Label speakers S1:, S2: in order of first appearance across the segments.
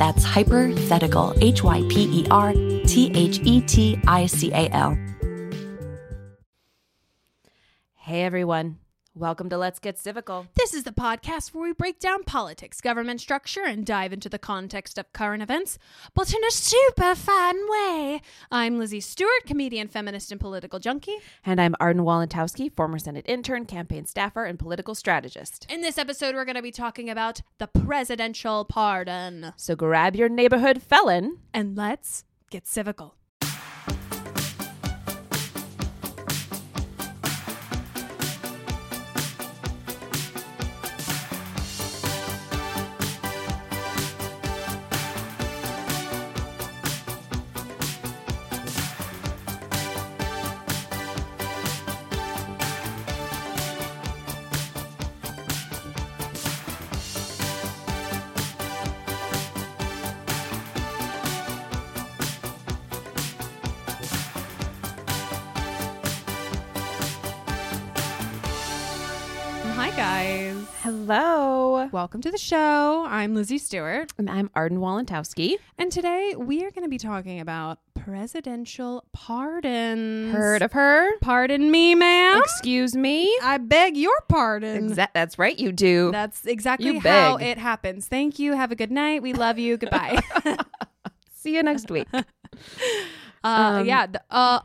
S1: That's Hypothetical, H Y P E R T H E T I C A L.
S2: Hey everyone, welcome to Let's Get Civical.
S3: This is the podcast where we break down politics, government structure, and dive into the context of current events, but in a super fun way. I'm Lizzie Stewart, comedian, feminist, and political junkie.
S2: And I'm Arden Walentowski, former Senate intern, campaign staffer, and political strategist.
S3: In this episode, we're going to be talking about the presidential pardon.
S2: So grab your neighborhood felon.
S3: And let's get civical. Hi, guys.
S2: Hello.
S3: Welcome to the show. I'm Lizzie Stewart.
S2: And I'm Arden Walentowski.
S3: And today we are going to be talking about presidential pardons.
S2: Heard of her?
S3: Pardon me, ma'am.
S2: Excuse me.
S3: I beg your pardon.
S2: Exa- that's right, you do.
S3: That's exactly
S2: You
S3: how
S2: beg.
S3: it happens. Thank you. Have a good night. We love you. Goodbye.
S2: See you next week. Um,
S3: uh, yeah. th- uh,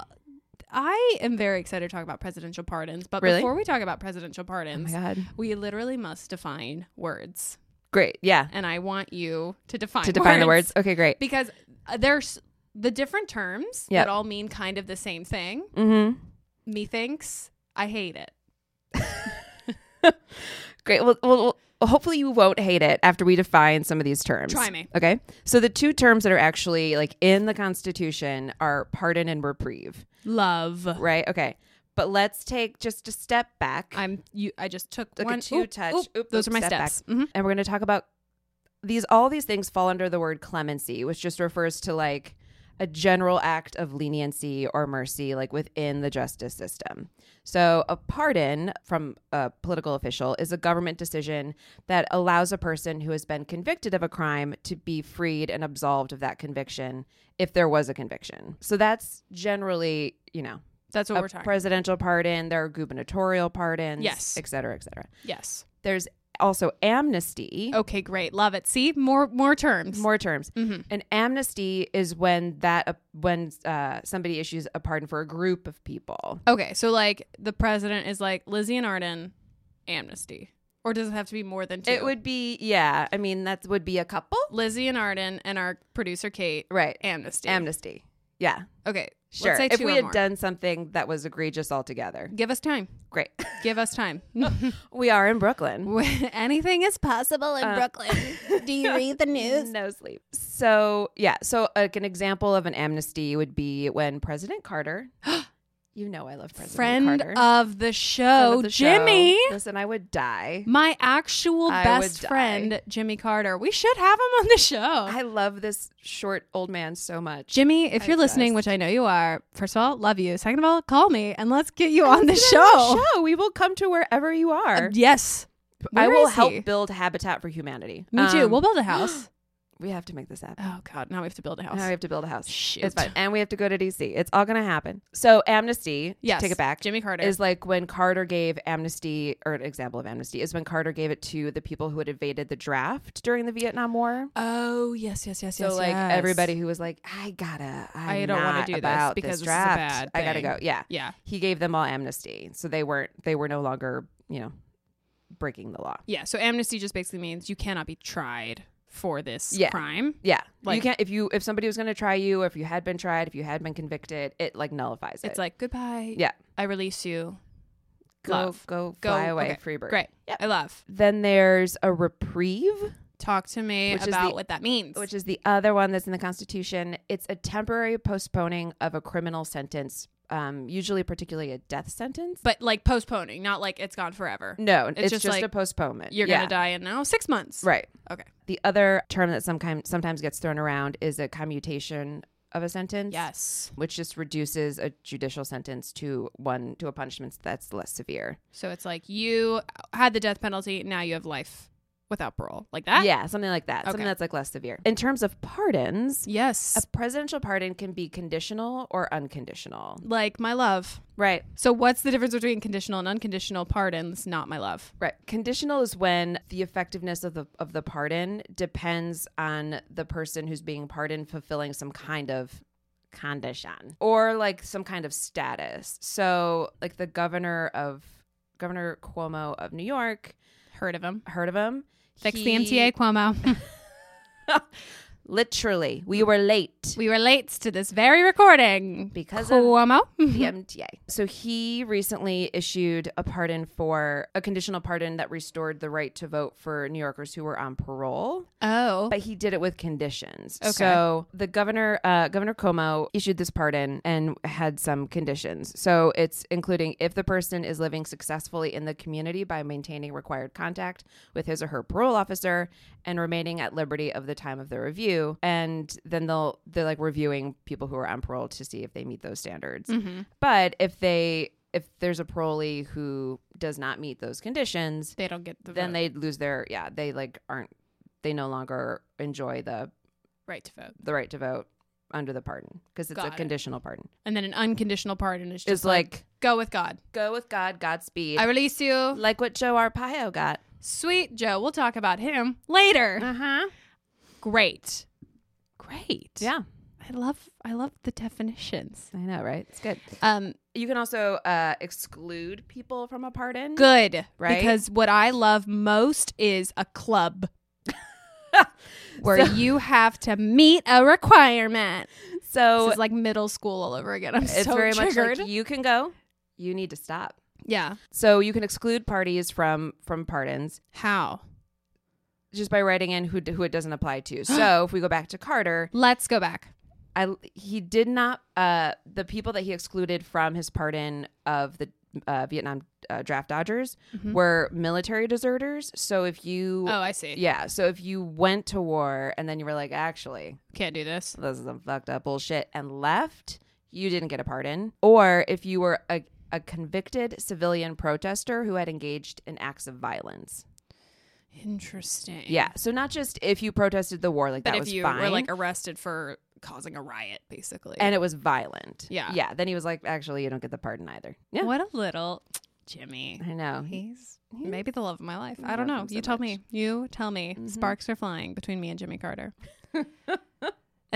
S3: I am very excited to talk about presidential pardons. But
S2: Really? Oh
S3: before we talk about presidential pardons,
S2: God.
S3: we literally must define words.
S2: Great. Yeah.
S3: And I want you to define
S2: To define the words. Okay, great.
S3: because uh, there's the different terms
S2: Yep.
S3: that all mean kind of the same thing.
S2: Mm-hmm.
S3: Methinks I hate it.
S2: Great. Well, well, well, hopefully you won't hate it after we define some of these terms.
S3: Try me.
S2: Okay. So the two terms that are actually like in the Constitution are pardon and reprieve.
S3: Love.
S2: Right. Okay. But let's take just a step back.
S3: I'm you. I just took
S2: Took a
S3: one
S2: two touch. Oop,
S3: those
S2: oop,
S3: are my
S2: step back.
S3: steps. Mhm.
S2: and we're going to talk about these all these things fall under the word clemency which just refers to like a general act of leniency or mercy like within the justice system so a pardon from a political official is a government decision that allows a person who has been convicted of a crime to be freed and absolved of that conviction if there was a conviction so that's generally you know
S3: That's what
S2: a
S3: we're talking.
S2: presidential pardon there are gubernatorial pardons
S3: Yes.
S2: et cetera et cetera
S3: yes.
S2: there's also amnesty
S3: Okay. Great. Love it. See more more terms.
S2: more terms.
S3: Mhm.
S2: An amnesty is when that uh, when uh, somebody issues a pardon for a group of people.
S3: Okay. So like the president is like Lizzie and Arden, amnesty. Or does it have to be more than two?
S2: It would be, yeah. I mean, that would be a couple.
S3: Lizzie and Arden and our producer Kate.
S2: Right.
S3: Amnesty.
S2: Amnesty. Yeah.
S3: Okay.
S2: Sure.
S3: Let's say
S2: if
S3: two
S2: we
S3: or
S2: had
S3: more.
S2: done something that was egregious altogether,
S3: Give us time.
S2: great.
S3: Give us time.
S2: we are in Brooklyn.
S3: Anything is possible in
S2: Uh.
S3: Brooklyn.
S4: Do you read the news?
S2: No sleep. So, yeah. So, like, an example of an amnesty would be when President Carter, you know, I love President
S3: Friend
S2: Carter.
S3: of the show,
S2: Friend of the show.
S3: Jimmy.
S2: Listen, I would die.
S3: My actual
S2: I would
S3: best
S2: die.
S3: friend, Jimmy Carter. We should have him on the show.
S2: I love this short old man so much.
S3: Jimmy, if
S2: I
S3: you're listening,
S2: just-
S3: which I know you are, first of all, love you. Second of all, call me and let's get you on the
S2: Get
S3: show. Uh,
S2: on the show. We will come to wherever you are.
S3: Yes.
S2: I
S3: Where
S2: will
S3: is
S2: help
S3: he?
S2: build Habitat for Humanity.
S3: Me too.
S2: Um,
S3: we'll build a house.
S2: we have to make this happen.
S3: oh God, now we have to build a house.
S2: Now we have to build a house.
S3: Shoot.
S2: It's fine. And we have to go to DC. It's all going to happen. So, amnesty,
S3: Yes.
S2: take it back.
S3: Jimmy Carter.
S2: Is like when Carter gave amnesty, or an example of amnesty, is when Carter gave it to the people who had evaded the draft during the Vietnam War.
S3: oh yes, yes, yes,
S2: So, like everybody who was like, I gotta, I'm
S3: I don't
S2: want
S3: wanna
S2: to
S3: do this
S2: about
S3: because this is a
S2: draft.
S3: bad
S2: I gotta
S3: thing."
S2: go. Yeah.
S3: Yeah.
S2: He gave them all amnesty. So they weren't, they were no longer, you know, breaking the law.
S3: Yeah. So amnesty just basically means you cannot be tried for this
S2: Yeah.
S3: crime.
S2: Yeah. you
S3: Like-
S2: can't, if you, if somebody was gonna try you, or if you had been tried, if you had been convicted, it like nullifies it.
S3: It's like goodbye.
S2: yeah.
S3: I release you.
S2: Go,
S3: Love.
S2: go,
S3: Go
S2: fly away,
S3: okay,
S2: free bird.
S3: Great.
S2: Yep.
S3: I love.
S2: Then there's a reprieve,
S3: Talk to me
S2: Which is
S3: about
S2: the-
S3: what that means.
S2: which is the other one that's in the Constitution. It's a temporary postponing of a criminal sentence, um, usually particularly a death sentence.
S3: but like postponing, not like it's gone forever.
S2: no, it's,
S3: just
S2: just,
S3: like,
S2: a postponement.
S3: You're
S2: Yeah.
S3: gonna die in now six months.
S2: Right.
S3: Okay.
S2: The other term that sometimes sometimes gets thrown around is a commutation of a sentence.
S3: Yes.
S2: Which just reduces a judicial sentence to one to a punishment that's less severe.
S3: So it's like you had the death penalty, now you have life without parole. Like that?
S2: yeah, something like that. Something
S3: Ah. Okay.
S2: that's like less severe. In terms of pardons,
S3: Yes.
S2: a presidential pardon can be conditional or unconditional.
S3: like my love.
S2: Right.
S3: So what's the difference between conditional and unconditional pardons? Not my love.
S2: Right. Conditional is when the effectiveness of the of the pardon depends on the person who's being pardoned fulfilling some kind of condition or like some kind of status. So, like the governor of Governor Cuomo of New York,
S3: Heard of him.
S2: heard of him?
S3: Fix the
S2: He-
S3: MTA, Cuomo.
S2: Literally, we were late
S3: we were late to this very recording.
S2: because of
S3: Cuomo.
S2: the MTA. So he recently issued a pardon for a conditional pardon that restored the right to vote for New Yorkers who were on parole.
S3: Oh.
S2: but he did it with conditions.
S3: Okay.
S2: So the governor, uh, Governor Como, issued this pardon and had some conditions. So it's including if the person is living successfully in the community by maintaining required contact with his or her parole officer and remaining at liberty of the time of the review, and then they'll they're like reviewing people who are on parole to see if they meet those standards. But if they if there's a parolee who does not meet those conditions,
S3: They don't get the
S2: then
S3: vote.
S2: they lose their yeah they like aren't they no longer enjoy the
S3: right to vote.
S2: the right to vote under the pardon because it's
S3: Got
S2: a
S3: it.
S2: conditional pardon
S3: And then an unconditional pardon is just
S2: it's like,
S3: go with God.
S2: go with god godspeed
S3: I release you.
S2: like what joe arpaio got
S3: Sweet Joe. We'll talk about him later.
S2: uh-huh
S3: Great. Great.
S2: yeah
S3: I love I love the definitions.
S2: i know right it's good
S3: Um
S2: you can also uh exclude people from a pardon
S3: good,
S2: Right?
S3: Because what I love most is a club where you have to meet a requirement.
S2: so
S3: This is like middle school all over again. I'm
S2: it's
S3: so
S2: very
S3: triggered.
S2: much like you can go you need to stop
S3: yeah.
S2: so you can exclude parties from from pardons
S3: How?
S2: just by writing in who who it doesn't apply to so if we go back to carter
S3: Let's go back.
S2: I he did not uh the people that he excluded from his pardon of the uh, Vietnam uh, draft dodgers were military deserters. So if you
S3: Mm-hmm. Oh, I see.
S2: yeah, so if you went to war and then you were like actually
S3: Can't do this.
S2: this is some fucked up bullshit and left, you didn't get a pardon. Or if you were a a convicted civilian protester who had engaged in acts of violence.
S3: Interesting.
S2: Yeah. So not just if you protested the war, like
S3: But
S2: that
S3: if
S2: was
S3: you
S2: fine.
S3: were like arrested for causing a riot, basically.
S2: and it was violent.
S3: Yeah.
S2: Yeah. Then he was like, actually, you don't get the pardon either. Yeah.
S3: what a little Jimmy.
S2: I know.
S3: He's maybe the love of my life.
S2: I
S3: I don't
S2: love
S3: know.
S2: him so
S3: you tell
S2: much. Mm-hmm.
S3: me. You tell me. Sparks are flying between me and Jimmy Carter. and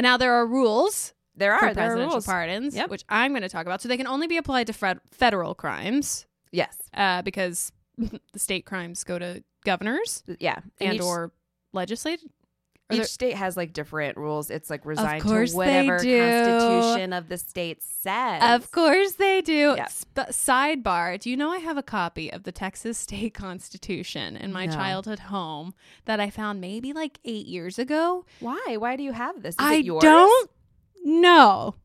S3: now there are rules
S2: there
S3: for
S2: are there are
S3: presidential
S2: rules.
S3: pardons,
S2: Yep.
S3: which I'm going to talk about. So they can only be applied to fed- federal crimes
S2: Yes.
S3: uh, because the state crimes go to governors
S2: Yeah.
S3: and
S2: each,
S3: or legislative. are
S2: each
S3: there-
S2: state has like different rules. It's like resigned
S3: course
S2: to
S3: they
S2: whatever
S3: do.
S2: constitution of the state says.
S3: Of course they do.
S2: Yep.
S3: Sp- sidebar: Do you know I have a copy of the Texas state constitution in my
S2: No.
S3: childhood home that I found maybe like eight years ago?
S2: Why? Why do you have this? Is
S3: I
S2: it yours?
S3: don't know.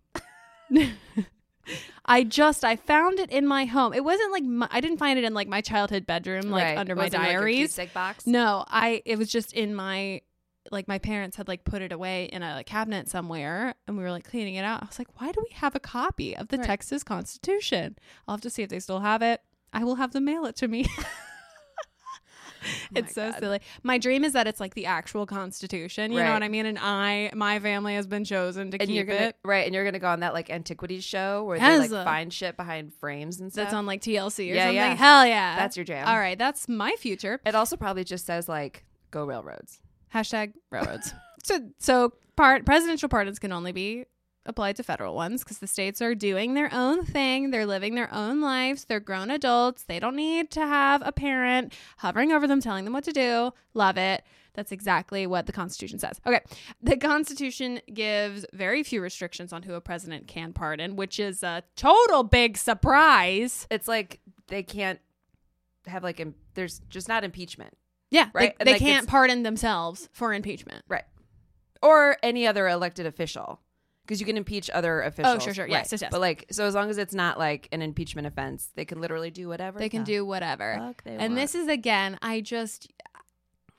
S3: I just I found it in my home. It wasn't like my, I didn't find it in like my childhood bedroom, like
S2: Right.
S3: under my
S2: Wasn't it, like, your
S3: diaries.
S2: keepsake box.
S3: no, I it was just in my like my parents had like put it away in a cabinet somewhere, and we were like cleaning it out. I was like, why do we have a copy of the
S2: Right.
S3: Texas Constitution? I'll have to see if they still have it. I will have them mail it to me.
S2: my
S3: it's so
S2: Oh God.
S3: silly. My dream is that it's like the actual Constitution. You know
S2: Right.
S3: what I mean? And I, my family has been chosen to
S2: And
S3: keep
S2: you're gonna
S3: it.
S2: right, and you're gonna go on that like antiquities show where
S3: Yes.
S2: they like find shit behind frames and stuff.
S3: That's on like TLC or
S2: Yeah,
S3: something.
S2: yeah.
S3: Hell yeah.
S2: That's your jam.
S3: All right. That's my future.
S2: It also probably just says like go railroads.
S3: Hashtag railroads. so, so part presidential pardons can only be applied to federal ones because the states are doing their own thing. They're living their own lives. They're grown adults. They don't need to have a parent hovering over them, telling them what to do. Love it. That's exactly what the Constitution says. Okay. The Constitution gives very few restrictions on who a president can pardon, which is a total big surprise.
S2: It's like they can't have like Im- there's just not impeachment
S3: Yeah.
S2: Right.
S3: They,
S2: And,
S3: they
S2: like,
S3: can't
S2: it's-
S3: pardon themselves for impeachment.
S2: or any other elected official because you can impeach other officials.
S3: Oh, sure, sure.
S2: Right.
S3: Yes, yes, yes.
S2: But like so, as long as it's not like an impeachment offense, they can literally do whatever
S3: They can
S2: the
S3: do whatever.
S2: fuck they
S3: and
S2: want.
S3: this is again i just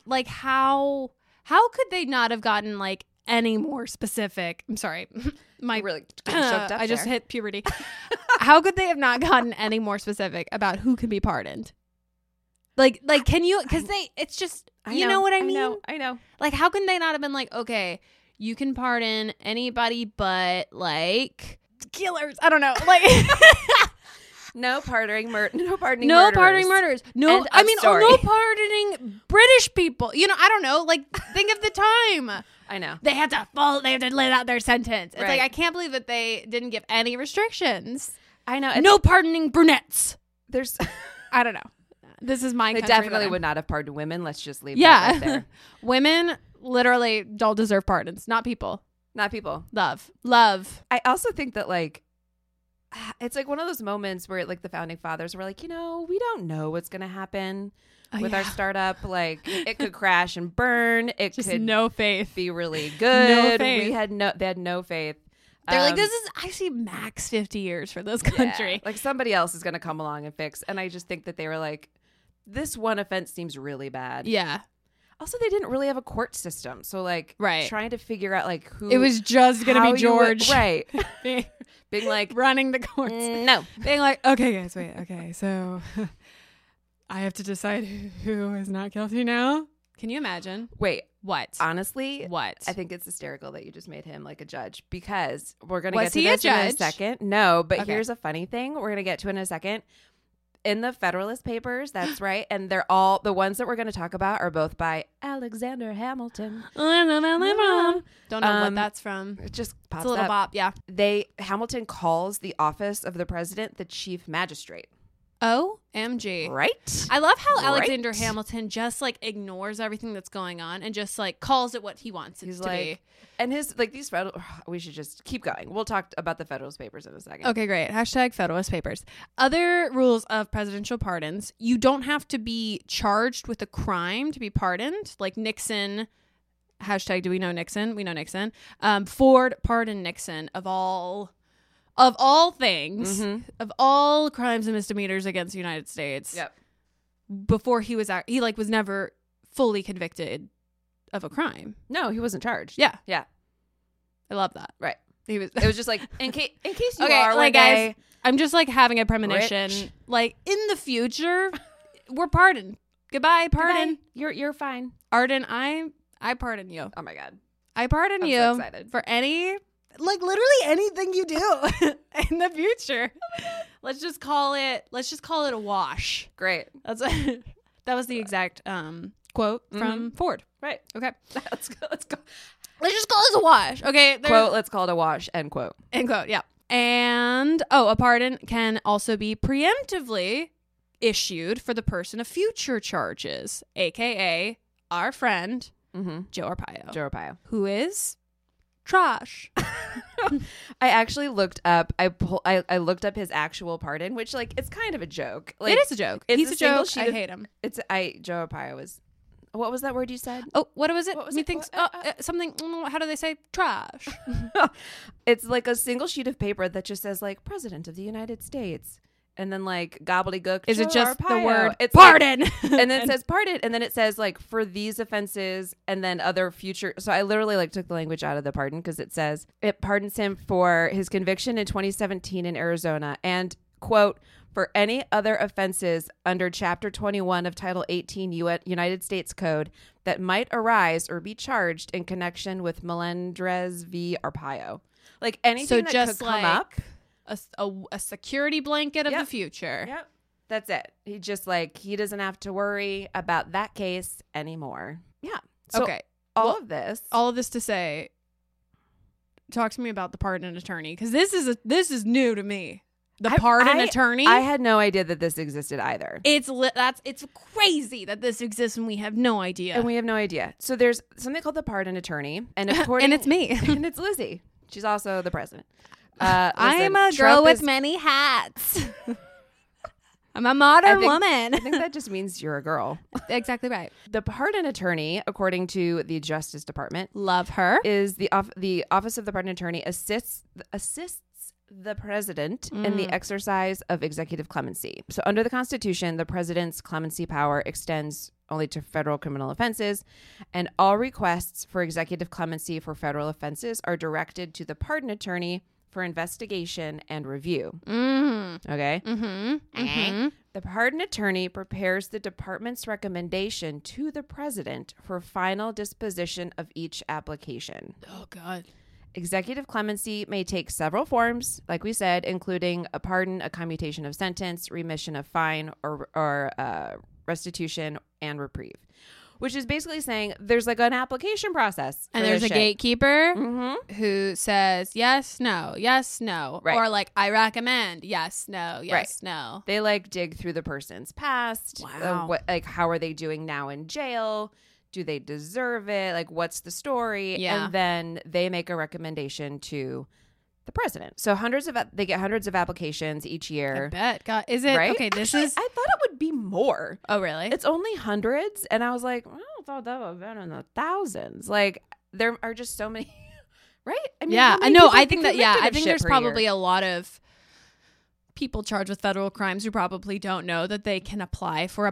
S3: like how how could they not have gotten like any more specific i'm sorry my
S2: You really getting choked up
S3: i just
S2: there.
S3: hit puberty how could they have not gotten any more specific about who can be pardoned like like can you because they it's just you know, what i, mean
S2: know, I know.
S3: like how can they not have been like okay you can pardon anybody but like killers i don't know like
S2: No pardoning murder. No pardoning.
S3: no
S2: murderers.
S3: pardoning murders. No,
S2: End
S3: I
S2: of
S3: mean,
S2: story.
S3: oh, no pardoning British people. You know, I don't know. Like, think of the time
S2: I know.
S3: they had to fall. They had to let out their sentence. It's like
S2: Right.
S3: I can't believe that they didn't give any restrictions.
S2: I know. It's-
S3: Uh, no pardoning brunettes.
S2: there's.
S3: I don't know. This is my.
S2: They
S3: country that
S2: definitely
S3: I'm-
S2: would not have pardoned women. Let's just leave. Yeah. That right
S3: Yeah,
S2: there.
S3: women literally don't deserve pardons. Not people.
S2: not people.
S3: Love, love.
S2: I also think that like ah, it's like one of those moments where like the founding fathers were like, you know, we don't know what's gonna happen
S3: Oh,
S2: with our startup. Like it could crash and burn. It
S3: just
S2: could
S3: no faith.
S2: be really good.
S3: faith.
S2: We had no. They had no faith.
S3: They're like,
S2: Um,
S3: this is. I see max fifty years for this
S2: yeah,
S3: country.
S2: like somebody else is gonna come along and fix. And I just think that they were like, this one offense seems really bad.
S3: yeah.
S2: Also, they didn't really have a court system, so like
S3: Right.
S2: trying to figure out like who
S3: It was just gonna
S2: how
S3: be
S2: you would-
S3: George.
S2: right? Being like, "Mm,
S3: running the courts.
S2: no,
S3: Being like, okay, guys, wait, okay, so I have to decide who is not guilty now. Can you imagine?
S2: wait.
S3: What?
S2: Honestly,
S3: what?
S2: I think it's hysterical that you just made him like a judge because we're gonna
S3: Was
S2: get to
S3: he a
S2: this in a
S3: judge?
S2: second. No, but
S3: Okay.
S2: here's a funny thing we're gonna get to in a second. In the Federalist Papers, that's right, and they're all the ones that we're gonna talk about are both by Alexander Hamilton.
S3: Don't know what
S2: Um,
S3: that's from.
S2: It just pops
S3: It's a little
S2: up.
S3: bop, yeah.
S2: They Hamilton calls the office of the president the chief magistrate,
S3: OMG.
S2: right?
S3: I love how
S2: Right?
S3: Alexander Hamilton just like ignores everything that's going on and just like calls it what he wants it
S2: He's
S3: to
S2: like, and his like these federal. We should just keep going. We'll talk about the Federalist Papers in a second.
S3: be. Okay, great. Hashtag Federalist Papers. Other rules of presidential pardons you don't have to be charged with a crime to be pardoned. Like Nixon, hashtag do we know Nixon? We know Nixon. Um, Ford pardoned Nixon of all. Of all things,
S2: Mhm.
S3: of all crimes and misdemeanors against the United States,
S2: Yep.
S3: before he was act- he like was never fully convicted of a crime.
S2: No, he wasn't charged.
S3: Yeah,
S2: Yeah.
S3: I love that.
S2: Right.
S3: He was.
S2: It was just like in case in case you
S3: Okay,
S2: are like
S3: like, guys,
S2: guys,
S3: I'm just like having a premonition.
S2: Rich.
S3: Like in the future, we're pardoned. Goodbye, pardon.
S2: You're you're fine.
S3: Arden, I I pardon you.
S2: Oh my god.
S3: I pardon
S2: I'm
S3: you
S2: so excited.
S3: for any like literally anything you do in the future. Let's just call it let's just call it a wash.
S2: Great.
S3: That's that was the exact um quote from Ford.
S2: Right.
S3: Okay.
S2: Let's go. Let's go.
S3: Mm-hmm. Let's just call this a wash. Okay. there's-
S2: Quote, let's call it a wash, end quote.
S3: End quote. Yeah. And oh, a pardon can also be preemptively issued for the person of future charges, aka our friend
S2: Mm-hmm.
S3: Joe Arpaio,
S2: Joe Arpaio.
S3: who is trash.
S2: I actually looked up. I, pull, I I looked up his actual pardon, which like it's kind of a joke. Like,
S3: it is a joke.
S2: it's
S3: He's
S2: a
S3: a,
S2: single
S3: joke.
S2: sheet
S3: I
S2: of-
S3: hate him.
S2: It's I Joe Arpaio was. What was that word you said?
S3: Oh, what was it?
S2: What was it?
S3: Methinks
S2: What-
S3: oh, uh, something. mm, How do they say trash?
S2: It's like a single sheet of paper that just says like President of the United States, and then like gobbledygook.
S3: Is it
S2: Joe
S3: just the
S2: Arpaio.
S3: word
S2: It's like-
S3: pardon?
S2: and then it says pardon, and then it says like for these offenses, and then other future. So I literally like took the language out of the pardon because it says it pardons him for his conviction in 2017 in Arizona, and quote for any other offenses under Chapter 21 of Title 18 U- United States Code that might arise or be charged in connection with Melendrez v. Arpaio. Like anything
S3: so
S2: that
S3: just
S2: could
S3: like
S2: come up.
S3: A, s- a- a security blanket of
S2: Yep.
S3: the future.
S2: Yep. That's it. He just like he doesn't have to worry about that case anymore. Yeah. So
S3: okay.
S2: all
S3: Well,
S2: of this.
S3: all of this to say talk to me about the pardon attorney because this is a this is new to me the
S2: I-
S3: pardon
S2: I-
S3: attorney
S2: I had no idea that this existed either.
S3: it's li- that's it's crazy that this exists and we have no idea
S2: And we have no idea. So there's something called the pardon attorney. And according
S3: and it's me
S2: and it's Lizzie. She's also the president. Uh,
S3: i'm
S2: listen,
S3: a
S2: Trump
S3: girl with
S2: is-
S3: many hats i'm a
S2: I
S3: modern
S2: think- I
S3: woman
S2: think that just means you're a girl.
S3: exactly right
S2: The pardon attorney, according to the Justice Department,
S3: love her
S2: is the off- the office of the pardon attorney assists assists the president in the exercise of executive clemency. So under the Constitution, the president's clemency power extends only to federal criminal offenses, and all requests for executive clemency for federal offenses are directed to the pardon attorney for investigation and review.
S3: mm.
S2: Okay?
S3: hmm hmm
S2: The pardon attorney prepares the department's recommendation to the president for final disposition of each application.
S3: oh god
S2: Executive clemency may take several forms, like we said, including a pardon, a commutation of sentence, remission of fine, or, or uh, restitution and reprieve. Which is basically saying there's like an application process.
S3: and there's a
S2: gate.
S3: gatekeeper
S2: hmm
S3: who says yes, no, yes, no,
S2: Right.
S3: or like I recommend yes, no, yes, no.
S2: They like dig through the person's past. uh,
S3: Wow.
S2: what like how are they doing now in jail? Do they deserve it? Like what's the story?
S3: Yeah.
S2: And then they make a recommendation to the president. So hundreds of they get hundreds of applications each year.
S3: I bet. God, is it
S2: right?
S3: okay? This
S2: Actually,
S3: is.
S2: I thought it would be more.
S3: oh, really?
S2: It's only hundreds, and I was like, well, I thought that would have been in the thousands. Like there are just so many, right? I
S3: yeah,
S2: how
S3: I
S2: many
S3: know.
S2: people
S3: I
S2: get
S3: think that. Yeah,
S2: convicted
S3: I
S2: of
S3: think
S2: shit
S3: there's
S2: per year?
S3: probably a lot of people charged with federal crimes who probably don't know that they can apply for a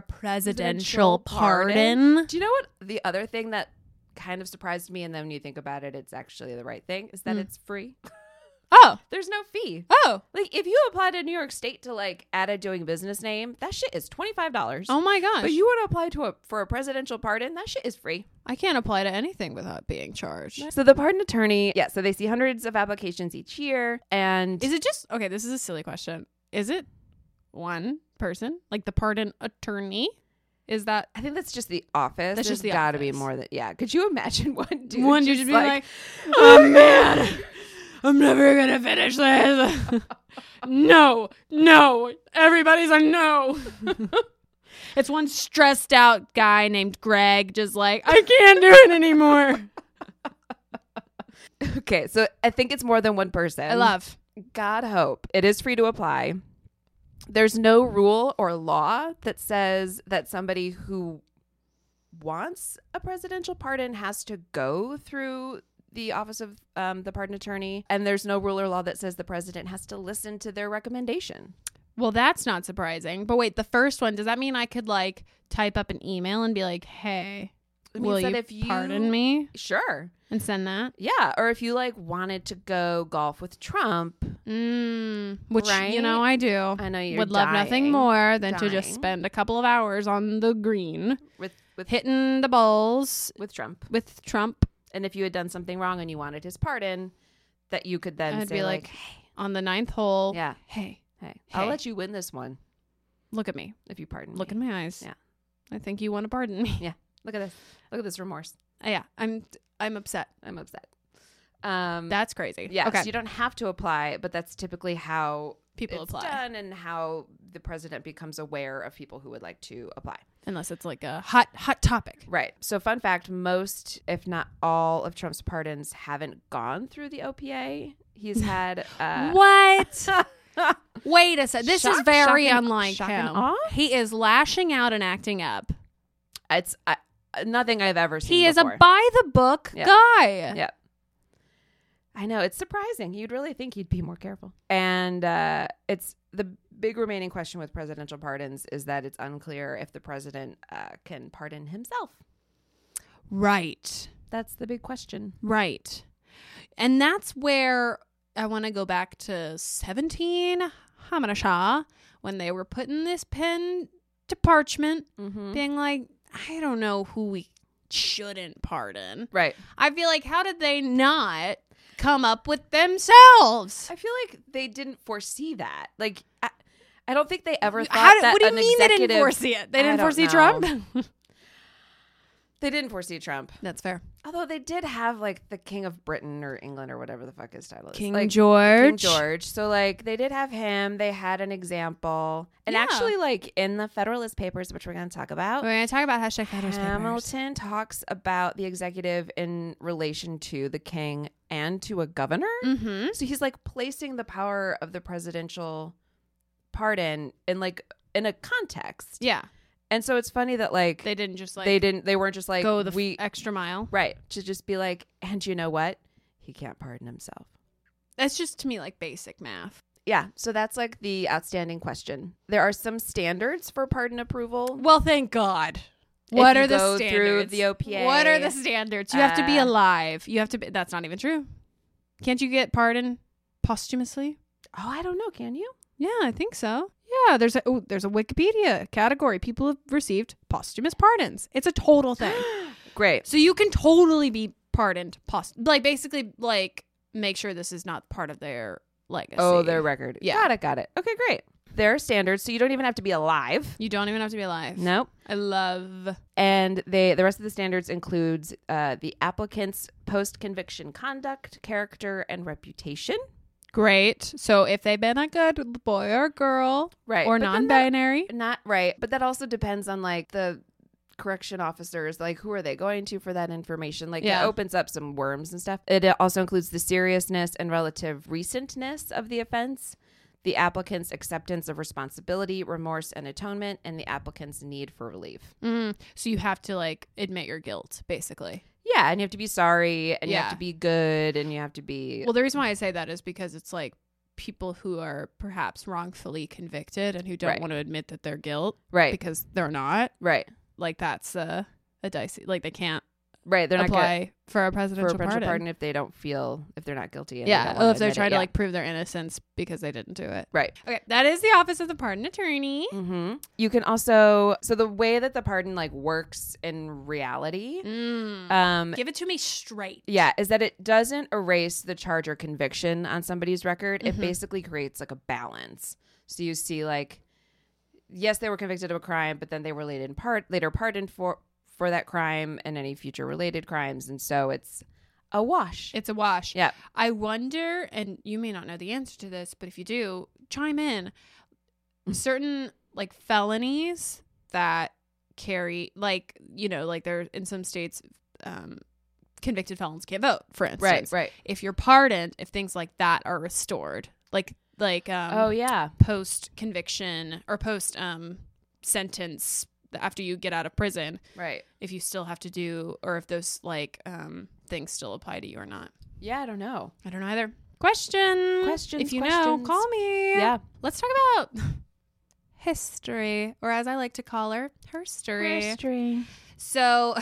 S2: Presidential
S3: presidential pardon.
S2: Do you know what the other thing that kind of surprised me, and then when you think about it, it's actually the right thing is that
S3: Mm.
S2: it's free.
S3: Oh,
S2: There's no fee.
S3: oh,
S2: Like if you apply to New York State to like add a doing business name, that shit is twenty five dollars.
S3: oh my gosh!
S2: But you want to apply to a for a presidential pardon? That shit is free.
S3: I can't apply to anything without being charged.
S2: So the pardon attorney, yeah. So they see hundreds of applications each year, and
S3: Is it just okay? This is a silly question. Is it one person, like the pardon attorney? Is that
S2: I think that's just the office.
S3: That's
S2: There's
S3: just the
S2: gotta be
S3: office.
S2: more than yeah. Could you imagine one dude?
S3: one dude
S2: just
S3: just be like, "Oh man, I'm never gonna finish this. no, no, everybody's a no." it's one stressed out guy named Greg, just like I can't do it anymore.
S2: okay. So I think it's more than one person.
S3: I love.
S2: God hope it is free to apply. There's no rule or law that says that somebody who wants a presidential pardon has to go through the office of um, the pardon attorney, and there's no rule or law that says the president has to listen to their recommendation.
S3: Well, that's not surprising. But wait, the first one does that mean I could like type up an email and be like, "Hey,
S2: It means
S3: will
S2: that
S3: you,
S2: if you-
S3: pardon me
S2: Sure,
S3: and send that?"
S2: yeah. Or if you like wanted to go golf with Trump,
S3: Mm, which you know
S2: Right?
S3: I do.
S2: I know you
S3: Would love nothing more than to just
S2: Dying.
S3: spend a couple of hours on the green,
S2: with with
S3: hitting the balls
S2: with Trump.
S3: with Trump
S2: And if you had done something wrong and you wanted his pardon, that you could then
S3: I'd
S2: say
S3: be
S2: like,
S3: like, on the ninth hole.
S2: yeah,
S3: Hey,
S2: hey, I'll
S3: Hey.
S2: let you win this one
S3: look at me.
S2: if you pardon.
S3: Look
S2: me.
S3: in my eyes.
S2: Yeah.
S3: I think you want to pardon me.
S2: Yeah. Look at this. Look at this remorse.
S3: Uh, yeah. I'm. I'm upset.
S2: I'm upset. Um,
S3: That's crazy.
S2: yeah.
S3: Okay.
S2: So you don't have to apply, but that's typically how
S3: people
S2: it's
S3: apply
S2: done and how the president becomes aware of people who would like to apply.
S3: unless it's like a hot hot topic.
S2: Right. So, fun fact most, if not all, of Trump's pardons haven't gone through the OPA. He's had. Uh,
S3: What? Wait a sec. This is
S2: Shock,
S3: very
S2: shock and-
S3: unlike
S2: shock
S3: him.
S2: and awe?
S3: He is lashing out and acting up.
S2: It's uh, nothing I've ever seen.
S3: He is a
S2: before.
S3: by the book
S2: Yeah.
S3: guy.
S2: Yep. I know it's surprising. You'd really think he'd be more careful. And uh, it's the big remaining question with presidential pardons is that it's unclear if the president uh, can pardon himself.
S3: Right.
S2: That's the big question.
S3: Right. And that's where I want to go back to 17 Hamanashah when they were putting this pen to parchment,
S2: Mm-hmm.
S3: being like, I don't know who we shouldn't pardon.
S2: Right.
S3: I feel like, how did they not come up with themselves?
S2: I feel like they didn't foresee that. Like, I, I don't think they ever thought
S3: How,
S2: that.
S3: what do you
S2: an
S3: mean they didn't
S2: executive-
S3: foresee it? They
S2: I
S3: didn't
S2: don't
S3: foresee
S2: know.
S3: Trump?
S2: They didn't foresee Trump.
S3: That's fair.
S2: Although they did have like the King of Britain or England or whatever the fuck his title is.
S3: King
S2: Like,
S3: George.
S2: King George. So like they did have him. They had an example, and
S3: Yeah.
S2: actually like in the Federalist Papers, which we're going to talk about,
S3: We're going to talk about hashtag Federalist Papers.
S2: Hamilton talks about the executive in relation to the king and to a governor.
S3: Mm-hmm.
S2: So he's like placing the power of the presidential pardon in like in a context,
S3: Yeah.
S2: and so it's funny that like
S3: They
S2: they,
S3: didn't just like,
S2: didn't they weren't just like
S3: go the f-
S2: we
S3: extra mile.
S2: right to just be like and you know what he can't pardon himself.
S3: That's just to me like basic math.
S2: Yeah, so that's like the outstanding question. There are some standards for pardon approval.
S3: Well, thank God.
S2: If
S3: What
S2: you
S3: are the
S2: go through
S3: standards?
S2: the OPA,
S3: What are the standards? You have to be
S2: uh,
S3: alive. You have to be. That's not even true. Can't you get pardoned posthumously?
S2: Oh, I don't know. Can you?
S3: Yeah, I think so. Yeah, there's a oh, there's a Wikipedia category. People have received posthumous pardons. It's a total thing.
S2: Great.
S3: so you can totally be pardoned post like basically like make sure this is not part of their legacy.
S2: Oh, their record.
S3: Yeah.
S2: Got it. Got it. Okay, great. There are standards, so you don't even have to be alive.
S3: You don't even have to be alive.
S2: Nope.
S3: I love
S2: And they the rest of the standards includes uh, the applicant's post conviction conduct, character, and reputation.
S3: Great. So if they've been a good boy or girl,
S2: Right. But
S3: or
S2: then that-
S3: non-binary,
S2: Not right, but that also depends on like the correction officers, like who are they going to for that information? Like
S3: Yeah.
S2: it opens up some worms and stuff. It also includes the seriousness and relative recentness of the offense, the applicant's acceptance of responsibility, remorse and atonement, and the applicant's need for relief.
S3: mm. so you have to like admit your guilt, basically.
S2: Yeah, and you have to be sorry and you
S3: Yeah.
S2: have to be good and you have to be
S3: Well, the reason why I say that is because it's like people who are perhaps wrongfully convicted and who don't
S2: Right.
S3: want to admit that they're guilt
S2: right.
S3: because they're not.
S2: right.
S3: Like that's a a dicey. Like they can't
S2: Right. They're not
S3: apply
S2: going
S3: for a
S2: for a
S3: presidential
S2: presidential pardon.
S3: pardon.
S2: if they don't feel if they're not guilty. And they
S3: Yeah.
S2: don't
S3: Oh,
S2: wanna
S3: if they're
S2: admit it.
S3: trying to
S2: Yeah.
S3: like prove their innocence because they didn't do it.
S2: right.
S3: Okay, that is the office of the pardon attorney.
S2: Mm-hmm. You can also so the way that the pardon like works in reality,
S3: Mm.
S2: um,
S3: Give it to me straight.
S2: yeah, is that it doesn't erase the charge or conviction on somebody's record.
S3: Mhm.
S2: It basically creates like a balance. So you see, like, yes, they were convicted of a crime, but then they were later in part later pardoned for for that crime and any future related crimes, and so it's a wash.
S3: It's a wash.
S2: Yeah.
S3: I wonder, and you may not know the answer to this, but if you do, chime in. Certain like felonies that carry, like, you know, like there in some states, um, convicted felons can't vote, for instance.
S2: right, right.
S3: If you're pardoned, if things like that are restored, like, like, um,
S2: oh yeah,
S3: post conviction or post, um, sentence after you get out of prison,
S2: right.
S3: if you still have to do, or if those like, um, things still apply to you or not.
S2: Yeah, I don't know.
S3: I don't know either. Question.
S2: Questions,
S3: If you know,
S2: questions.
S3: call me.
S2: Yeah.
S3: Let's talk about history, or as I like to call her, herstory. So,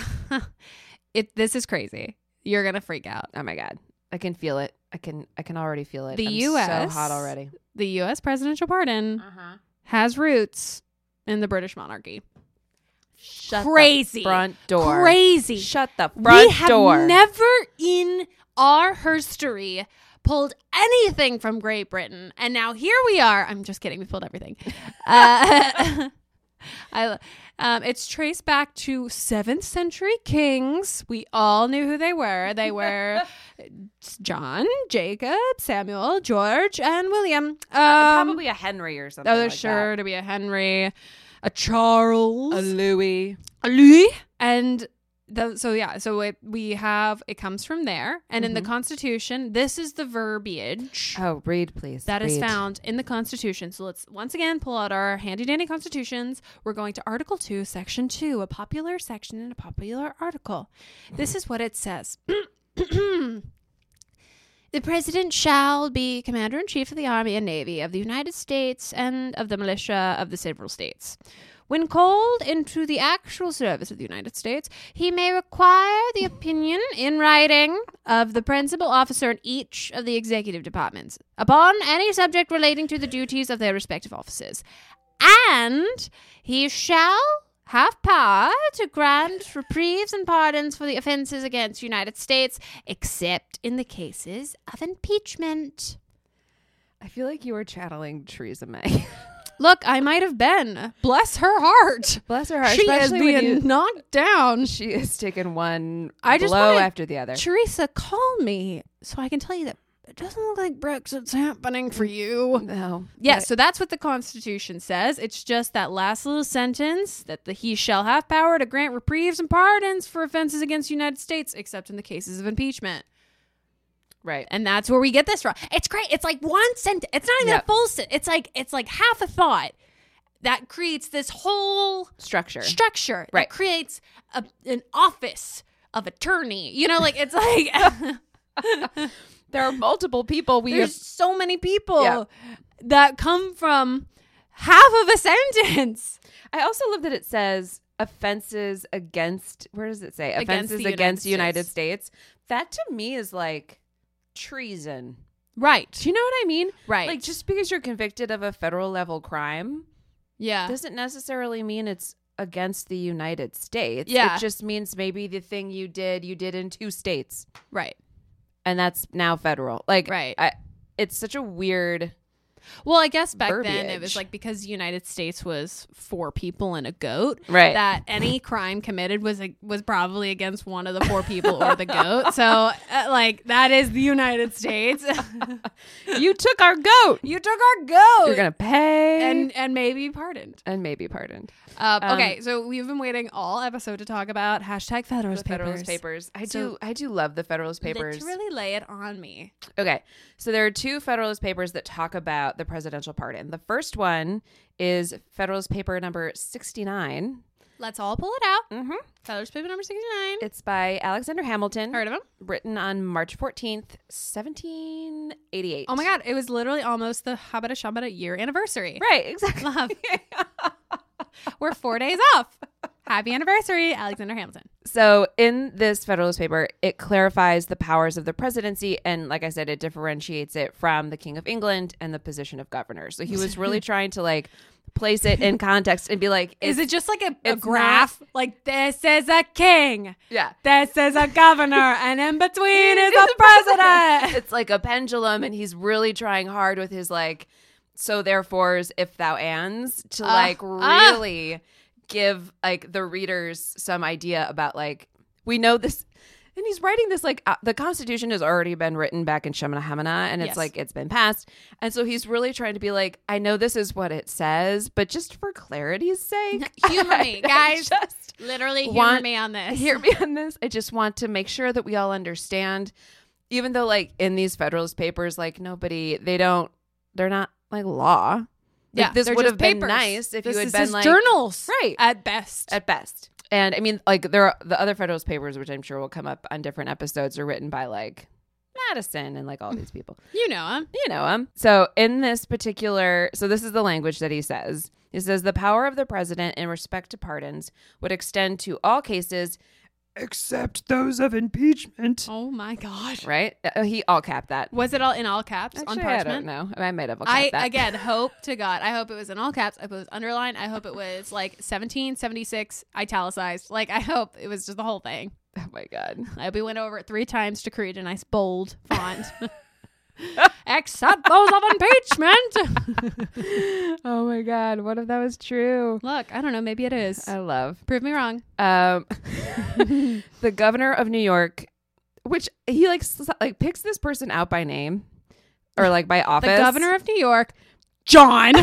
S3: it this is crazy. You're gonna freak out.
S2: Oh my god, I can feel it. I can I can already feel it.
S3: The
S2: I'm
S3: US
S2: so hot already.
S3: The U.S. presidential pardon
S2: Uh-huh.
S3: has roots in the British monarchy.
S2: Shut
S3: Crazy.
S2: the front door.
S3: Crazy.
S2: Shut the front
S3: we have
S2: door.
S3: never in our history pulled anything from Great Britain, and now here we are. I'm just kidding. We pulled everything. Uh, I, um, it's traced back to seventh century kings. We all knew who they were. They were John, Jacob, Samuel, George, and William. Um,
S2: Uh, Probably a Henry or something.
S3: oh, there's
S2: like
S3: sure
S2: that.
S3: to be a Henry, a Charles,
S2: A Louis.
S3: a Louis, and the, so yeah. So it, we have it comes from there, and in the Constitution, this is the verbiage.
S2: Oh, read please.
S3: That is
S2: Read.
S3: found in the Constitution. So let's once again pull out our handy dandy constitutions. We're going to Article 2, Section 2, a popular section and a popular article. This is what it says The President shall be Commander in Chief of the Army and Navy of the United States and of the militia of the several states. When called into the actual service of the United States, he may require the opinion in writing of the principal officer in each of the executive departments upon any subject relating to the duties of their respective offices. And he shall have power to grant reprieves and pardons for the offenses against the United States, except in the cases of impeachment.
S2: I feel like you were channeling Theresa May.
S3: Look, I might have been. Bless her heart.
S2: Bless her heart.
S3: She is
S2: especially when
S3: being
S2: you-
S3: knocked down.
S2: she has taken one
S3: I just
S2: blow
S3: wanna-
S2: after the other.
S3: Teresa, call me so I can tell you that it doesn't look like Brexit's happening for you.
S2: no.
S3: Yeah, so that's what the Constitution says. It's just that last little sentence that the, he shall have power to grant reprieves and pardons for offenses against the United States, except in the cases of impeachment.
S2: Right.
S3: And that's where we get this from. It's great. It's like one sentence. It's not even
S2: Yep.
S3: a full sentence. It's like it's like half a thought that creates this whole
S2: Structure.
S3: structure
S2: Right.
S3: that creates a, an office of attorney. You know, like it's like
S2: there are multiple people we
S3: there's so many people
S2: Yeah.
S3: that come from half of a sentence.
S2: I also love that it says offenses against where does it say?
S3: Against
S2: Offenses
S3: the
S2: against the United
S3: United
S2: States. That to me is like treason.
S3: Right.
S2: Do you know what I mean?
S3: Right.
S2: Like just because you're convicted of a federal level crime
S3: Yeah.
S2: doesn't necessarily mean it's against the United States.
S3: Yeah.
S2: It just means maybe the thing you did, you did in two states.
S3: right.
S2: And that's now federal. Like
S3: Right.
S2: I, it's such a weird
S3: Well, I guess back then it
S2: Verbiage.
S3: was like because the United States was four people and a goat,
S2: Right.
S3: That any crime committed was a, was probably against one of the four people or the goat. So, uh, like that is the United States.
S2: You took our goat.
S3: you took our goat
S2: You're gonna pay
S3: and and maybe pardoned.
S2: and maybe pardoned.
S3: Uh,
S2: Um,
S3: okay, so we've been waiting all episode to talk about hashtag Federalist
S2: The Federalist Papers.
S3: Papers.
S2: I
S3: So-
S2: do. I do love the Federalist Papers.
S3: Literally lay it on me.
S2: Okay, so there are two Federalist Papers that talk about the presidential pardon. The first one is Federalist Paper number sixty-nine.
S3: Let's all pull it out.
S2: Mm-hmm.
S3: Federalist Paper number sixty nine.
S2: It's by Alexander Hamilton.
S3: Heard of him?
S2: Written on March fourteenth, seventeen eighty-eight.
S3: Oh my god, it was literally almost the Habada Shabada year anniversary.
S2: Right. Exactly.
S3: Love. We're four days off. Happy anniversary, Alexander Hamilton.
S2: So, in this Federalist paper, it clarifies the powers of the presidency. And, like I said, it differentiates it from the King of England and the position of governor. So, he was really trying to like place it in context and be like,
S3: Is it just like a, a
S2: it's
S3: graph? like this is a king,
S2: Yeah.
S3: this is a governor, and in between is a
S2: It's
S3: president.
S2: It's like a pendulum, and he's really trying hard with his like, so therefores, if thou ands, to like
S3: ah.
S2: really give like the readers some idea about like we know this. And he's writing this like uh, the Constitution has already been written back in Shemana and it's
S3: Yes.
S2: like it's been passed. And so he's really trying to be like, I know this is what it says, but just for clarity's sake,
S3: Humor me,
S2: I
S3: guys.
S2: just-
S3: Literally humor
S2: want-
S3: me on this.
S2: hear me on this. I just want to make sure that we all understand, even though like in these Federalist papers, like nobody, they don't, they're not like law. Like, this
S3: they're
S2: would
S3: just
S2: have been
S3: papers.
S2: nice if
S3: This
S2: you had
S3: is
S2: been
S3: his
S2: like
S3: journals,
S2: Right.
S3: At best,
S2: at best. And I mean, like there are the other Federalist papers, which I'm sure will come up on different episodes, are written by like Madison and like all these people
S3: you know him.
S2: you know him. So in this particular, so this is the language that he says. He says the power of the president in respect to pardons would extend to all cases except those of impeachment.
S3: Oh my gosh,
S2: Right? Uh, he all capped that.
S3: was it all in all caps on
S2: Actually, I don't
S3: parchment?
S2: know. I might have all
S3: I
S2: capped that.
S3: again hope to God. I hope it was in all caps. I hope it was underlined. I hope it was like 1776 italicized. Like I hope it was just the whole thing.
S2: Oh my god.
S3: I hope we went over it three times to create a nice bold font. Except those of impeachment.
S2: Oh my god. What if that was true?
S3: Look, I don't know. Maybe it
S2: Uh,
S3: is.
S2: I love.
S3: Prove me wrong.
S2: Um, the governor of New York which he like s- like picks this person out by name or like by
S3: The
S2: office.
S3: governor of New York, John.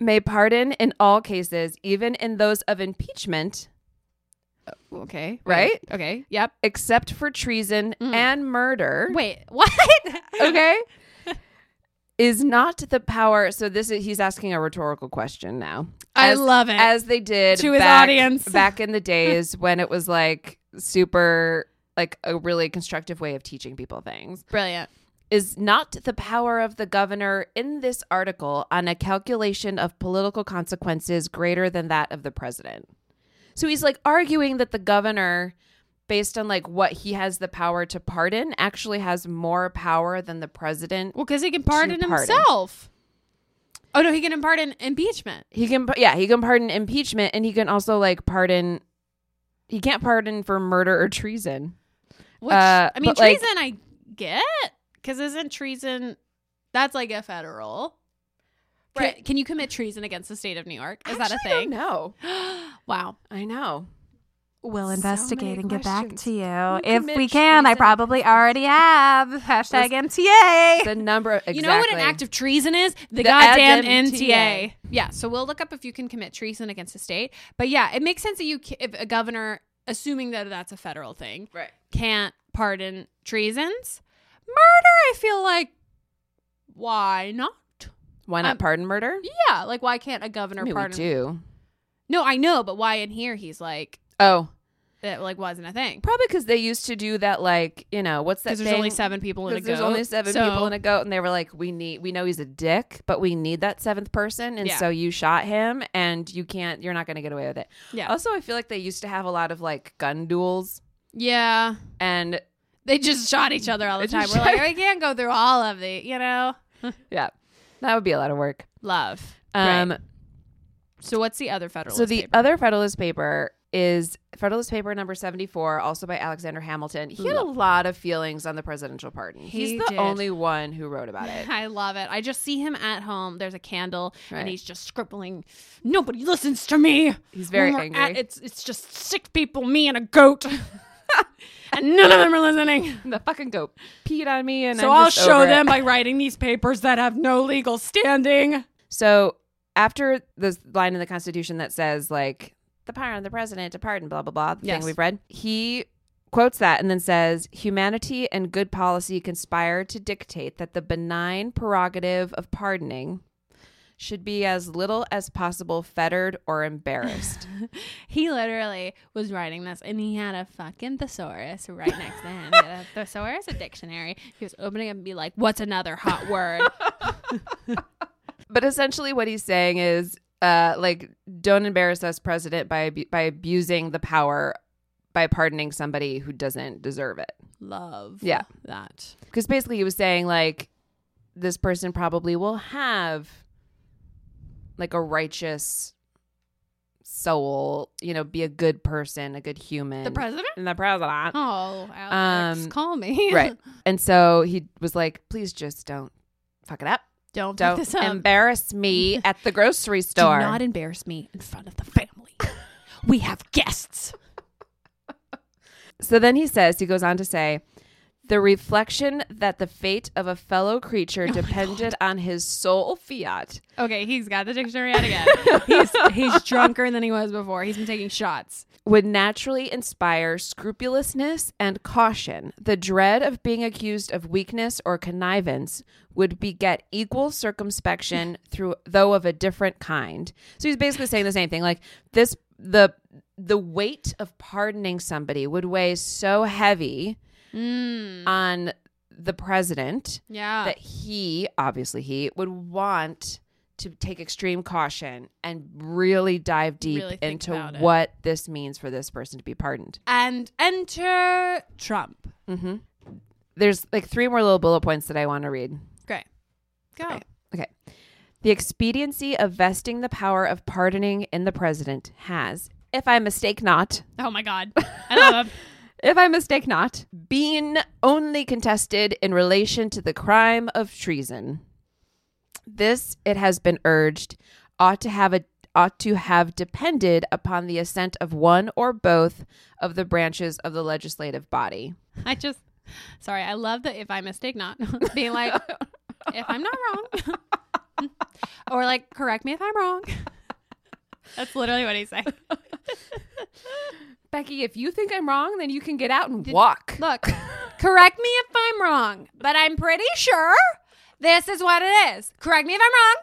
S2: may pardon in all cases, even in those of impeachment,
S3: okay.
S2: Right?
S3: Okay. Yep.
S2: except for treason
S3: Mm.
S2: and murder.
S3: Wait, what?
S2: okay. Is not the power. So this is he's asking a rhetorical question now.
S3: I love it.
S2: as they did
S3: To his
S2: back-
S3: audience.
S2: back in the days when it was like super like a really constructive way of teaching people things
S3: Brilliant.
S2: is not the power of the governor in this article on a calculation of political consequences greater than that of the president. So he's like arguing that the governor, based on like what he has the power to pardon, actually has more power than the president.
S3: Well, because he can pardon
S2: To pardon.
S3: himself. Oh no, he can pardon impeachment.
S2: He can, yeah, he can pardon impeachment and he can also like pardon, he can't pardon for murder or treason.
S3: Which
S2: Uh,
S3: I mean,
S2: but, like-
S3: treason I get because isn't treason that's like a federal. Can-
S2: Right.
S3: Can, you commit treason against the state of New York? Is that a
S2: Actually, I don't
S3: thing?
S2: know.
S3: wow.
S2: I know.
S5: We'll
S2: So
S5: investigate
S2: many
S5: and get back to
S2: questions.
S5: you
S2: Who
S5: if
S2: commits
S5: we can. I
S2: treason?
S5: probably already have. Hashtag MTA.
S2: The number, exactly.
S3: You know what an act of treason is? The,
S2: The
S3: goddamn
S2: NTA.
S3: NTA. Yeah. So we'll look up if you can commit treason against the state. But yeah, it makes sense that you ca- if a governor, assuming that that's a federal thing,
S2: Right.
S3: can't pardon treasons. Murder, I feel like, why not?
S2: Why not
S3: Um,
S2: pardon murder?
S3: Yeah, like why can't a governor
S2: I mean, we
S3: pardon?
S2: do.
S3: No, I know, but why in here he's like
S2: Oh,
S3: that like wasn't a thing
S2: probably because they used to do that. Like you know, what's that?
S3: because there's
S2: thing?
S3: only seven people in a
S2: 'Cause there's
S3: goat,
S2: only seven
S3: so-
S2: people in a goat, and they were like, "We need, we know he's a dick, but we need that seventh person." And
S3: Yeah.
S2: so you shot him, and you can't, you're not going to get away with it.
S3: Yeah.
S2: Also, I feel like they used to have a lot of like gun duels,
S3: yeah.
S2: and
S3: They just shot each other all the
S2: They
S3: time.
S2: just
S3: We're
S2: shot-
S3: like, we can't go through all of the, you know,
S2: yeah, that would be a lot of work.
S3: love.
S2: Um,
S3: Right. So what's the other federal?
S2: So the other Federalist paper is Federalist paper number 74, also by Alexander Hamilton. He had a lot of feelings on the presidential pardon.
S3: He
S2: He's the
S3: did.
S2: only one who wrote about it.
S3: I love it. I just see him at home. There's a candle,
S2: Right.
S3: and he's just scribbling. Nobody listens to me.
S2: He's very
S3: When we're at-
S2: angry.
S3: it's it's just six people, me and a goat, and none of them are listening.
S2: the fucking goat peed on me and
S3: so
S2: I'm
S3: I'll
S2: just
S3: show
S2: over it.
S3: them by writing these papers that have no legal standing.
S2: So after this line in the Constitution that says like the power of the president to pardon blah blah blah the
S3: Yes.
S2: thing we've read, he quotes that and then says humanity and good policy conspire to dictate that the benign prerogative of pardoning should be as little as possible fettered or embarrassed.
S3: He literally was writing this, and he had a fucking thesaurus right next to him. He had a thesaurus, a dictionary. He was opening it and be like, "What's another hot word?"
S2: but essentially what he's saying is uh like don't embarrass us president by abu- by abusing the power by pardoning somebody who doesn't deserve it.
S3: Love.
S2: Yeah.
S3: that.
S2: because basically he was saying like this person probably will have like a righteous soul you know be a good person a good human
S3: The president.
S2: and the president
S3: Oh, Alex,
S2: Um,
S3: call me.
S2: right and so he was like please just don't fuck it up
S3: Don't do
S2: don't
S3: this up.
S2: embarrass me at the grocery
S3: do
S2: store
S3: not embarrass me in front of the family. we have guests.
S2: So then he says, he goes on to say, the reflection that the fate of a fellow creature depended on his sole fiat.
S3: Okay, he's got the dictionary out again. he's he's drunker than he was before. He's been taking shots.
S2: would naturally inspire scrupulousness and caution. The dread of being accused of weakness or connivance would beget equal circumspection through though of a different kind. So he's basically saying the same thing. Like this the the weight of pardoning somebody would weigh so heavy on the president
S3: Mm, Yeah.
S2: that he obviously he would want to take extreme caution and really dive deep
S3: Really think
S2: into
S3: about it.
S2: what this means for this person to be pardoned.
S3: and enter Trump.
S2: There's like three more little bullet points that I want to read.
S3: Great. Go.
S2: Okay. The expediency of vesting the power of pardoning in the president has, if I mistake not,
S3: Oh my God. I love him.
S2: if I mistake not, been only contested in relation to the crime of treason. This, it has been urged, ought to have a, ought to have depended upon the assent of one or both of the branches of the legislative body.
S3: I just, sorry, I love that if I mistake not being like, if I'm not wrong, or like, correct me if I'm wrong. That's literally what he's saying.
S2: Becky, if you think I'm wrong, then you can get out and walk.
S3: Look, correct me if I'm wrong, but I'm pretty sure this is what it is. Correct me if I'm wrong.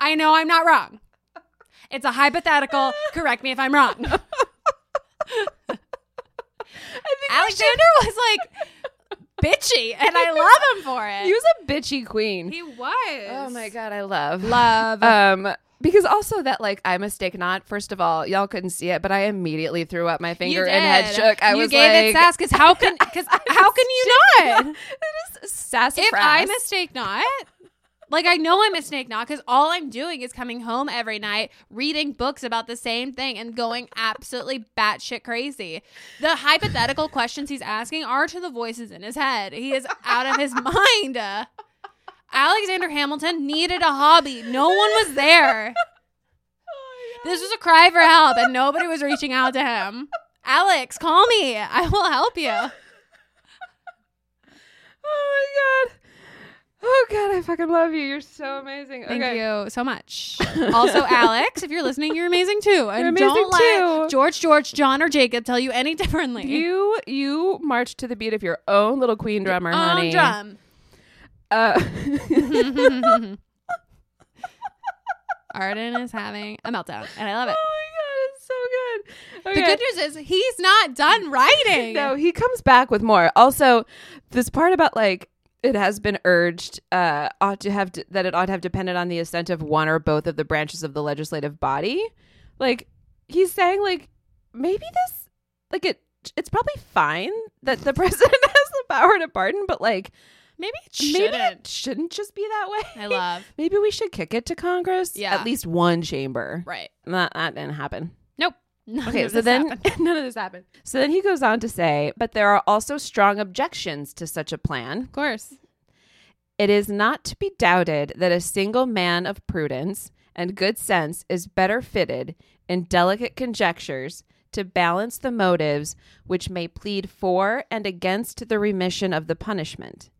S3: I know I'm not wrong. It's a hypothetical. Correct me if I'm wrong. Alexander was like bitchy, and I love him for it.
S2: He was a bitchy queen.
S3: He was.
S2: oh my god, I love
S3: Love.
S2: Um, because also that like I mistake not. First of all, y'all couldn't see it, but I immediately threw up my
S3: You
S2: finger and head
S3: did.
S2: shook. I
S3: you
S2: was
S3: gave
S2: like,
S3: it sass because how can because how can you not?
S2: It is sassafras.
S3: If I mistake not, like I know I mistake not because all I'm doing is coming home every night, reading books about the same thing and going absolutely batshit crazy. The hypothetical questions he's asking are to the voices in his head. He is out of his mind. Alexander Hamilton needed a hobby. No one was there. This was a cry for help, and nobody was reaching out to him. Alex, call me. I will help you.
S2: oh my god. Oh god, I fucking love you. You're so amazing.
S3: Thank
S2: okay.
S3: you so much. Also, Alex, if you're listening, you're amazing too. And
S2: amazing
S3: don't let
S2: too.
S3: George, George, John, or Jacob tell you any differently.
S2: You you march to the beat of your own little queen drummer,
S3: Um,
S2: honey.
S3: drum.
S2: Uh,
S3: Arden is having a meltdown, and I love it.
S2: Oh my god, it's so good.
S3: The
S2: Okay.
S3: good news is he's not done writing.
S2: No, he comes back with more. Also, this part about like it has been urged uh, ought to have that it ought to have depended on the assent of one or both of the branches of the legislative body. Like he's saying, like maybe this, like it, it's probably fine that the president has the power to pardon, but like
S3: Maybe it
S2: maybe it
S3: shouldn't.
S2: shouldn't just be that way.
S3: I love.
S2: Maybe we should kick it to Congress.
S3: Yeah.
S2: at least one chamber.
S3: Right.
S2: And That, that didn't happen.
S3: Nope. None
S2: Okay,
S3: of
S2: so
S3: this
S2: then
S3: happened.
S2: none of this happened. So then he goes on to say, but there are also strong objections to such a plan.
S3: Of course.
S2: It is not to be doubted that a single man of prudence and good sense is better fitted in delicate conjectures to balance the motives which may plead for and against the remission of the punishment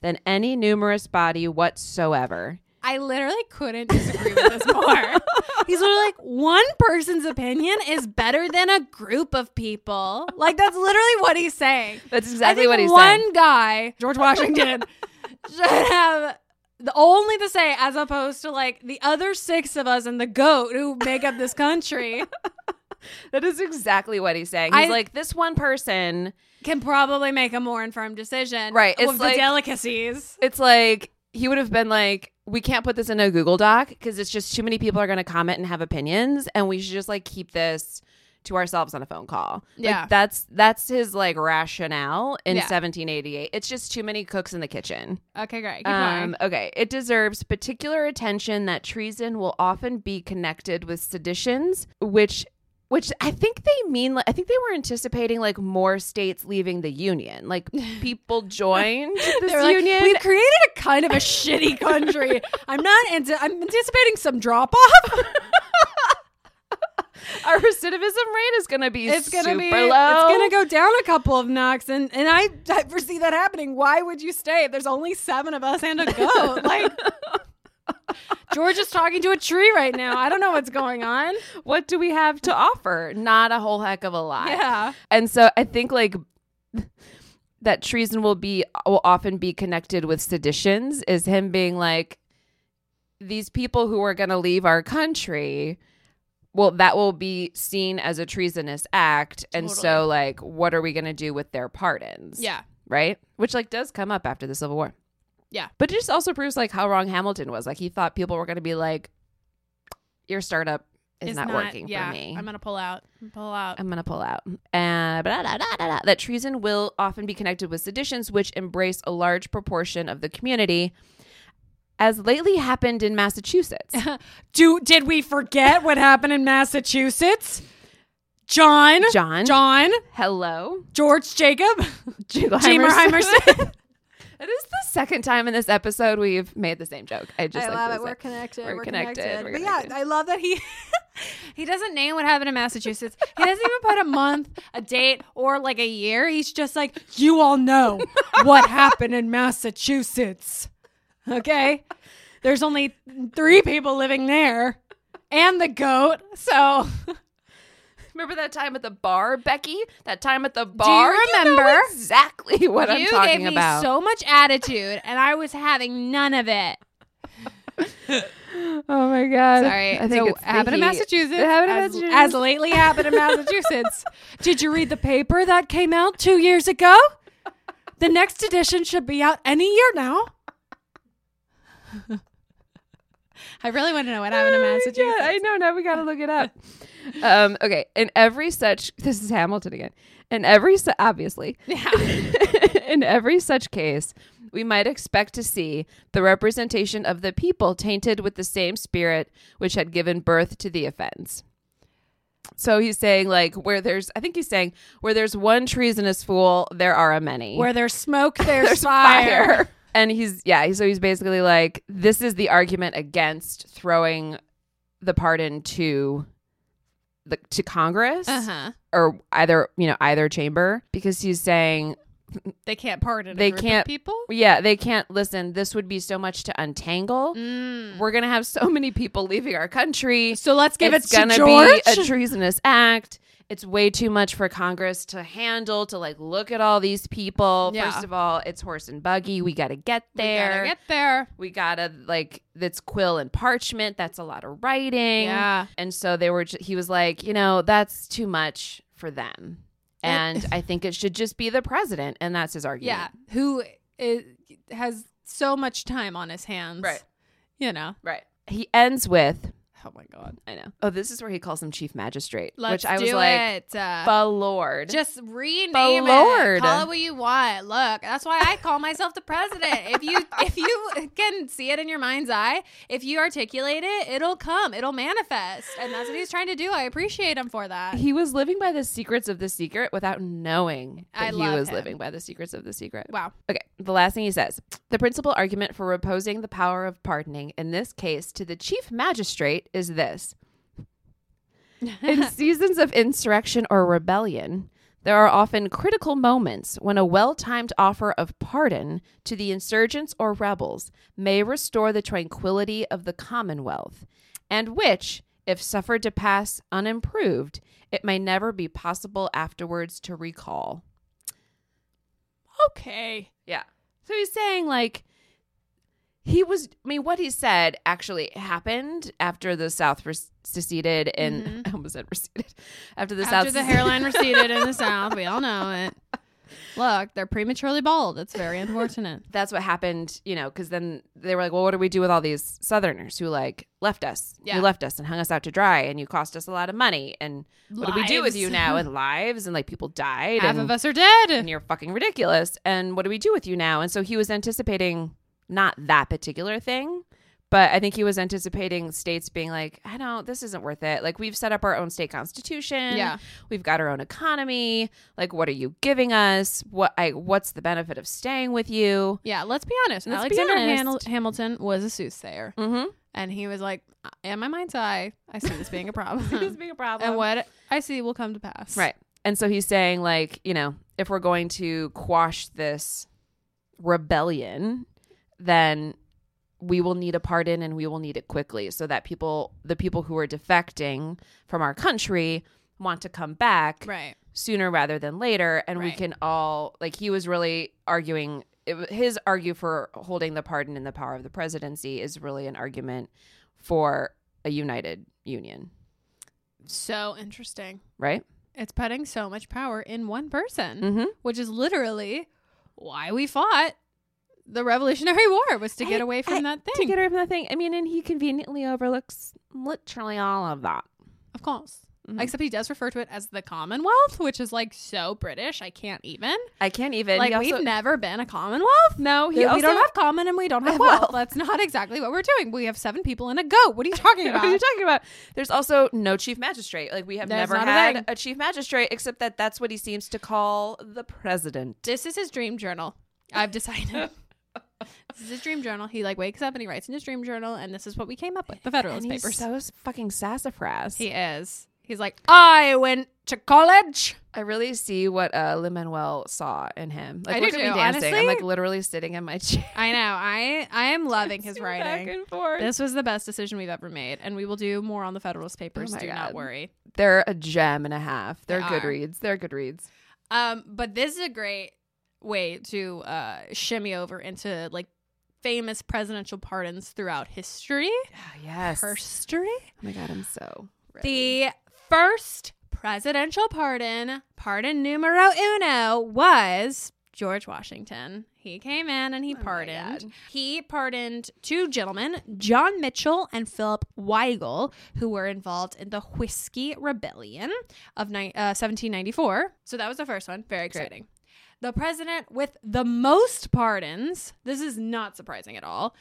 S2: than any numerous body whatsoever.
S3: I literally couldn't disagree with this more. He's literally like, one person's opinion is better than a group of people. Like, that's literally what he's saying.
S2: That's
S3: I
S2: exactly
S3: think
S2: what he's
S3: one
S2: saying.
S3: guy, George Washington, should have the only to say as opposed to like the other six of us and the goat who make up this country
S2: That is exactly what he's saying. He's
S3: I-
S2: like, this one person
S3: can probably make a more informed decision.
S2: Right, it's
S3: With the
S2: like-
S3: delicacies.
S2: it's like he would have been like we can't put this in a google doc because it's just too many people are going to comment and have opinions and we should just like keep this to ourselves on a phone call Like,
S3: Yeah.
S2: that's that's his like rationale in
S3: Yeah.
S2: 1788 it's just too many cooks in the kitchen
S3: Okay, great. Keep
S2: um,
S3: going.
S2: okay it deserves particular attention that treason will often be connected with seditions which which i think they mean like, i think they were anticipating like more states leaving the union like people joined this
S3: They're like,
S2: union
S3: We've created a kind of a shitty country. I'm not. Into, I'm anticipating some drop off.
S2: our recidivism rate is going to be
S3: It's gonna
S2: super
S3: be.
S2: low.
S3: It's gonna go down a couple of knocks, and and I, I foresee that happening. Why would you stay? if There's only seven of us and a goat. Like George is talking to a tree right now. I don't know what's going on.
S2: What do we have to offer? Not a whole heck of a lot.
S3: Yeah.
S2: And so I think like that treason will be will often be connected with seditions is him being like these people who are going to leave our country well that will be seen as a treasonous act and so
S3: Totally.
S2: like what are we going to do with their pardons right? Which like does come up after the Civil War.
S3: Yeah.
S2: But it just also proves like how wrong Hamilton was. Like he thought people were going to be like, your startup is not, working for me.
S3: I'm gonna pull out. Pull out.
S2: I'm gonna pull out. Uh, blah, blah, blah, blah, blah. That treason will often be connected with seditions, which embrace a large proportion of the community, as lately happened in Massachusetts.
S3: Do did we forget what happened in Massachusetts? John.
S2: John.
S3: John.
S2: Hello,
S3: George Jacob.
S2: Jingleheimer
S3: Jamer Heimerson.
S2: It is the second time in this episode we've made the same joke. I just
S3: I
S2: like
S3: love
S2: this
S3: it. We're
S2: sec-
S3: connected.
S2: We're
S3: We're,
S2: connected.
S3: connected.
S2: We're
S3: But
S2: connected.
S3: yeah, I love that he he doesn't name what happened in Massachusetts. He doesn't even put a month, a date, or like a year. He's just like, you all know what happened in Massachusetts. Okay, there's only three people living there, and the goat. So
S2: Remember that time at the bar, Becky? That time at the bar. know
S3: remember?
S2: exactly what I'm
S3: you
S2: talking
S3: gave me
S2: about?
S3: so much attitude, and I was having none of it.
S2: oh my god!
S3: Sorry.
S2: I think
S3: so
S2: it's the
S3: happened in
S2: heat.
S3: Massachusetts.
S2: It happened in
S3: as,
S2: Massachusetts.
S3: As lately happened in Massachusetts. Did you read the paper that came out two years ago? The next edition should be out any year now. I really want to know what happened in
S2: Oh my
S3: Massachusetts.
S2: God, I know. Now we gotta look it up. um, okay. In every such, this is Hamilton again. In every, su- obviously, in every such case, we might expect to see the representation of the people tainted with the same spirit which had given birth to the offense. So he's saying, like, where there's, I think he's saying, where there's one treasonous fool, there are a many.
S3: Where there's smoke, there's,
S2: there's
S3: fire.
S2: fire. And he's yeah, so he's basically like, this is the argument against throwing the pardon to the to Congress
S3: Uh-huh.
S2: or either you know either chamber because he's saying
S3: They can't pardon.
S2: They
S3: a group
S2: can't-
S3: Of people.
S2: yeah they can't listen. This would be so much to untangle. We're gonna have so many people leaving our country.
S3: Mm. So let's give
S2: it's
S3: it to
S2: gonna
S3: George.
S2: be a treasonous act. It's way too much for Congress to handle to like look at all these people.
S3: Yeah.
S2: First of all, it's horse and buggy. We got to get
S3: We
S2: there.
S3: gotta get there.
S2: we gotta like that's quill and parchment that's a lot of writing
S3: Yeah.
S2: and so they were ju- he was like you know that's too much for them and i think it should just be the president and that's his
S3: Yeah.
S2: argument
S3: Who is, has so much time on his hands?
S2: Right.
S3: You know.
S2: right he ends with
S3: Oh my god.
S2: i know oh this is where he calls him chief magistrate
S3: Let's
S2: which i
S3: do
S2: was like
S3: it. Uh,
S2: "Fa lord
S3: just rename
S2: But
S3: it.
S2: Lord.
S3: Call it what you want. Look, that's why I call myself the president. If you if you can see it in your mind's eye, if you articulate it, it'll come. It'll manifest. And that's what he's trying to do. I appreciate him for that.
S2: he was living by the secrets of the secret without knowing
S3: I
S2: that he
S3: love
S2: was
S3: him.
S2: living by the secrets of the secret
S3: Wow.
S2: Okay, the last thing he says The principal argument for reposing the power of pardoning in this case to the chief magistrate is this In seasons of insurrection or rebellion, there are often critical moments when a well timed offer of pardon to the insurgents or rebels may restore the tranquility of the Commonwealth, and which, if suffered to pass unimproved, it may never be possible afterwards to recall.
S3: Okay.
S2: Yeah. So he's saying like he was I mean what he said actually happened after the South re- seceded and I almost said receded after the
S3: Mm-hmm. After
S2: South
S3: the hairline receded in the South, we all know it. Look, they're prematurely bald. It's very unfortunate.
S2: that's what happened, you know, because then they were like, well, what do we do with all these Southerners who like left us?
S3: Yeah.
S2: You left us and hung us out to dry and you cost us a lot of money. And what do we do with you
S3: Lives.
S2: now? And lives and like people died.
S3: Half
S2: and,
S3: of us are
S2: and
S3: dead.
S2: you're fucking ridiculous. And what do we do with you now? And so he was anticipating not that particular thing, but I think he was anticipating states being like, I don't, this isn't worth it. Like, we've set up our own state constitution.
S3: Yeah.
S2: We've got our own economy. Like, what are you giving us? What, I, what's the benefit of staying with you?
S3: Yeah, let's be honest.
S2: Let's be
S3: Alexander
S2: honest.
S3: Hamil- Hamilton was a soothsayer.
S2: Mm-hmm.
S3: And he was like, in my mind's eye, I see this being a problem.
S2: being a problem.
S3: and what I see will come to pass.
S2: Right. And so he's saying, like, you know, if we're going to quash this rebellion, then we will need a pardon and we will need it quickly so that people, the people who are defecting from our country, want to come back
S3: Right.
S2: sooner rather than later. And we
S3: Right.
S2: can all, like, he was really arguing. It, wa- his argue for holding the pardon and the power of the presidency is really an argument for a united union,
S3: So interesting.
S2: right?
S3: It's putting so much power in one person,
S2: Mm-hmm.
S3: which is literally why we fought the Revolutionary War was to get
S2: I-
S3: away from
S2: I-
S3: that
S2: to
S3: thing.
S2: get away from that thing. I mean, and he conveniently overlooks literally all of that.
S3: of course.
S2: Mhm.
S3: Except he does refer to it as the Commonwealth, which is like so British. I can't even.
S2: I can't even.
S3: like we've never been a Commonwealth.
S2: no,
S3: we don't have common and we don't have
S2: Well.
S3: wealth. That's not exactly what we're doing. We have seven people and a goat. What are you talking
S2: What are you
S3: about?
S2: talking about? There's also no chief magistrate. Like we have
S3: There's
S2: never
S3: not a
S2: had
S3: thing.
S2: a, chief magistrate, except that that's what he seems to call the president.
S3: this is his dream journal. I've decided. This is a dream journal. He like wakes up and he writes in his dream journal, and this is what we came up with: the Federalist
S2: And he's
S3: Papers.
S2: so s- fucking sassafras.
S3: he is. He's like, I went to college.
S2: I really see what uh, Lin Manuel saw in him. Like,
S3: I do
S2: look at me
S3: too,
S2: dancing. I'm like
S3: honestly.
S2: literally sitting in my chair.
S3: I know. I I am loving his
S2: Back
S3: writing.
S2: and forth.
S3: This was the best decision we've ever made, and we will do more on the Federalist Papers.
S2: my
S3: do
S2: God.
S3: not worry.
S2: They're a gem and a half. They're
S3: They
S2: good
S3: are.
S2: reads. They're good reads.
S3: Um, but this is a great way to uh, shimmy over into like famous presidential pardons throughout history.
S2: yes.
S3: History.
S2: Oh my god, I'm so
S3: The first presidential pardon, pardon numero uno, was George Washington. He came in and he pardoned. He pardoned two gentlemen, John Mitchell and Philip Weigel, who were involved in the Whiskey Rebellion of ni- uh, 1794. So that was the first one. Very exciting. The president with the most pardons, this is not surprising at all,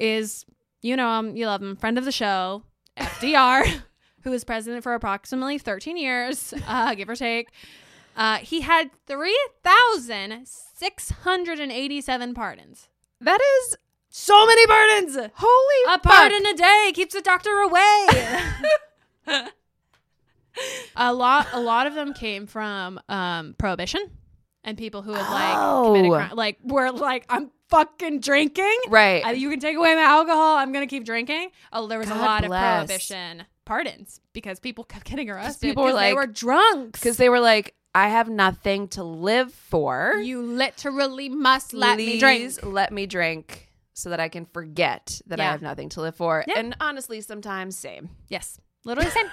S3: is you know him, you love him, friend of the show, FDR, who was president for approximately 13 years, uh, give or take. Uh, he had 3,687 pardons.
S2: That is
S3: So many pardons!
S2: holy
S3: A pardon a day keeps the doctor away. a lot, a lot of them came from um, prohibition and people who had like committed
S2: Oh.
S3: crime, like were like, I'm fucking drinking.
S2: Right.
S3: Uh, you can take away my alcohol. I'm gonna keep drinking. Oh, there was a
S2: God
S3: lot
S2: bless.
S3: of prohibition pardons because people kept getting arrested.
S2: people were
S3: 'cause
S2: like-
S3: they were drunk.
S2: Because they were like, I have nothing to live for.
S3: you literally must let me drink.
S2: Please Let me drink so that I can forget that I
S3: Yeah.
S2: have nothing to live for.
S3: Yeah.
S2: And honestly, sometimes same.
S3: Yes, literally the same.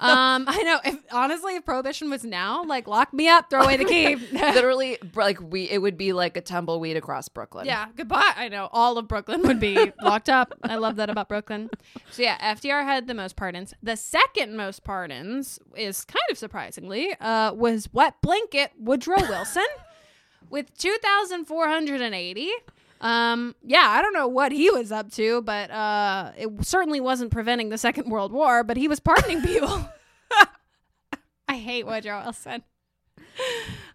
S3: um, I know. If honestly, if prohibition was now, like lock me up, throw away the key.
S2: Literally, br- like we, it would be like a tumbleweed across Brooklyn.
S3: Yeah, goodbye. I know all of Brooklyn would be locked up. I love that about Brooklyn. So yeah, FDR had the most pardons. The second most pardons is kind of surprisingly uh, was wet blanket Woodrow Wilson with two thousand four hundred and eighty. Um, yeah, I don't know what he was up to, but uh, it certainly wasn't preventing the Second World War. But he was pardoning people. I hate Woodrow Wilson.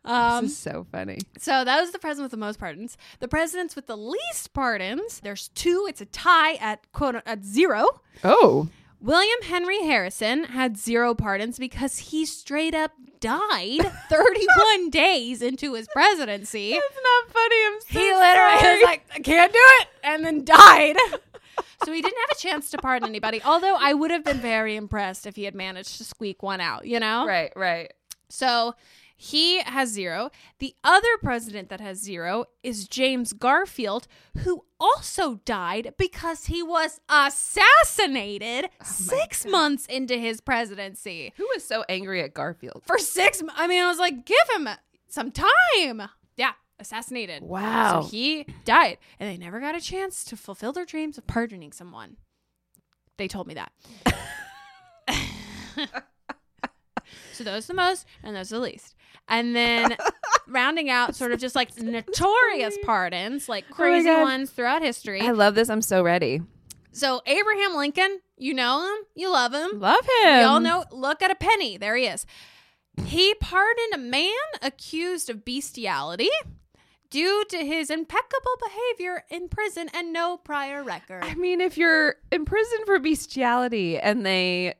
S3: Um,
S2: This is so funny.
S3: so that was the president with the most pardons. The presidents with the least pardons, there's two. It's a tie at quote at zero.
S2: Oh.
S3: William Henry Harrison had zero pardons because he straight up died 31 days into his presidency.
S2: Not funny. I'm
S3: He literally was like, I can't do it, and then died. so he didn't have a chance to pardon anybody. Although I would have been very impressed if he had managed to squeak one out, you know?
S2: Right, right.
S3: So he has zero. The other president that has zero is James Garfield, who also died because he was assassinated six months into his presidency.
S2: Who was so angry at Garfield?
S3: For six, mo- I mean, I was like, give him some time. Yeah, assassinated.
S2: Wow.
S3: So he died, and they never got a chance to fulfill their dreams of pardoning someone. They told me that. so those are the most, and those are the least. And then rounding out sort of just like notorious pardons, like crazy
S2: Oh God.
S3: ones throughout history.
S2: I love this. I'm so ready.
S3: so Abraham Lincoln, you know him, you love him.
S2: Love him.
S3: Y'all know, look at a penny. There he is. He pardoned a man accused of bestiality due to his impeccable behavior in prison and no prior record.
S2: I mean, if you're in prison for bestiality and they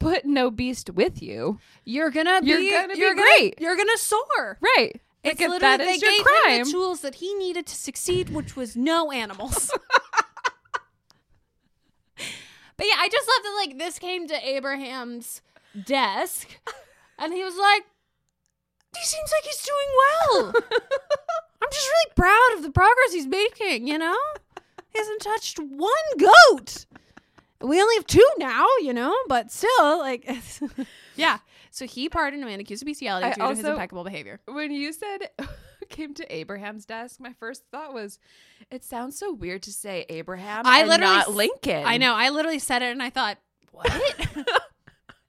S2: put no beast with you,
S3: You're gonna be,
S2: You're gonna be
S3: you're
S2: great.
S3: You're gonna soar.
S2: right?
S3: It's
S2: like
S3: literally
S2: if that
S3: they
S2: is
S3: gave
S2: your crime.
S3: him the tools that he needed to succeed, which was no animals. but yeah, I just love that like this came to Abraham's desk, and he was like, "He seems like he's doing well. I'm just really proud of the progress he's making. You know, he hasn't touched one goat." We only have two now, you know, but still, like, yeah. So he pardoned a man accused of bestiality
S2: I
S3: due to his
S2: also-
S3: impeccable behavior.
S2: when you said came to Abraham's desk, my first thought was, it sounds so weird to say Abraham.
S3: I
S2: and
S3: literally
S2: not
S3: s-
S2: Lincoln.
S3: I know. I literally said it and I thought, what?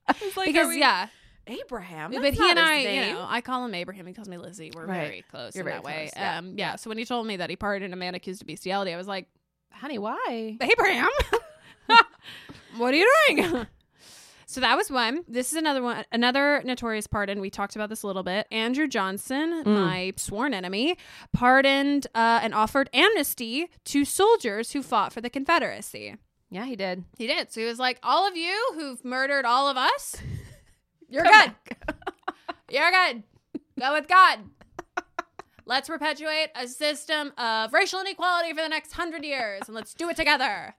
S2: It's like,
S3: because,
S2: are we-
S3: yeah.
S2: Abraham.
S3: But
S2: that's
S3: he
S2: not
S3: and
S2: his
S3: I, you
S2: name.
S3: know, I call him Abraham. He calls me Lizzie. We're
S2: Right.
S3: very close
S2: You're
S3: in
S2: very
S3: that way.
S2: close, yeah.
S3: Um, yeah. So when he told me that he pardoned a man accused of bestiality, I was like,
S2: honey, why?
S3: Abraham, what are you doing? So that was one. This is another one, another notorious pardon. We talked about this a little bit. Andrew
S2: Mm.
S3: Johnson, my sworn enemy, pardoned uh, and offered amnesty to soldiers who fought for the Confederacy.
S2: Yeah, he did.
S3: He did. So he was like, all of you who've murdered all of us, you're
S2: Come
S3: good. you're good. Go with God. Let's perpetuate a system of racial inequality for the next hundred years and let's do it together.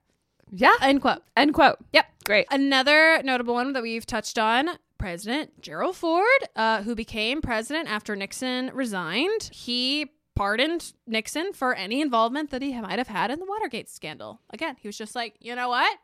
S2: Yeah.
S3: End quote.
S2: End quote.
S3: Yep.
S2: Great.
S3: Another notable one that we've touched on President Gerald Ford, uh, who became president after Nixon resigned. He pardoned Nixon for any involvement that he might have had in the Watergate scandal. Again, he was just like, you know what?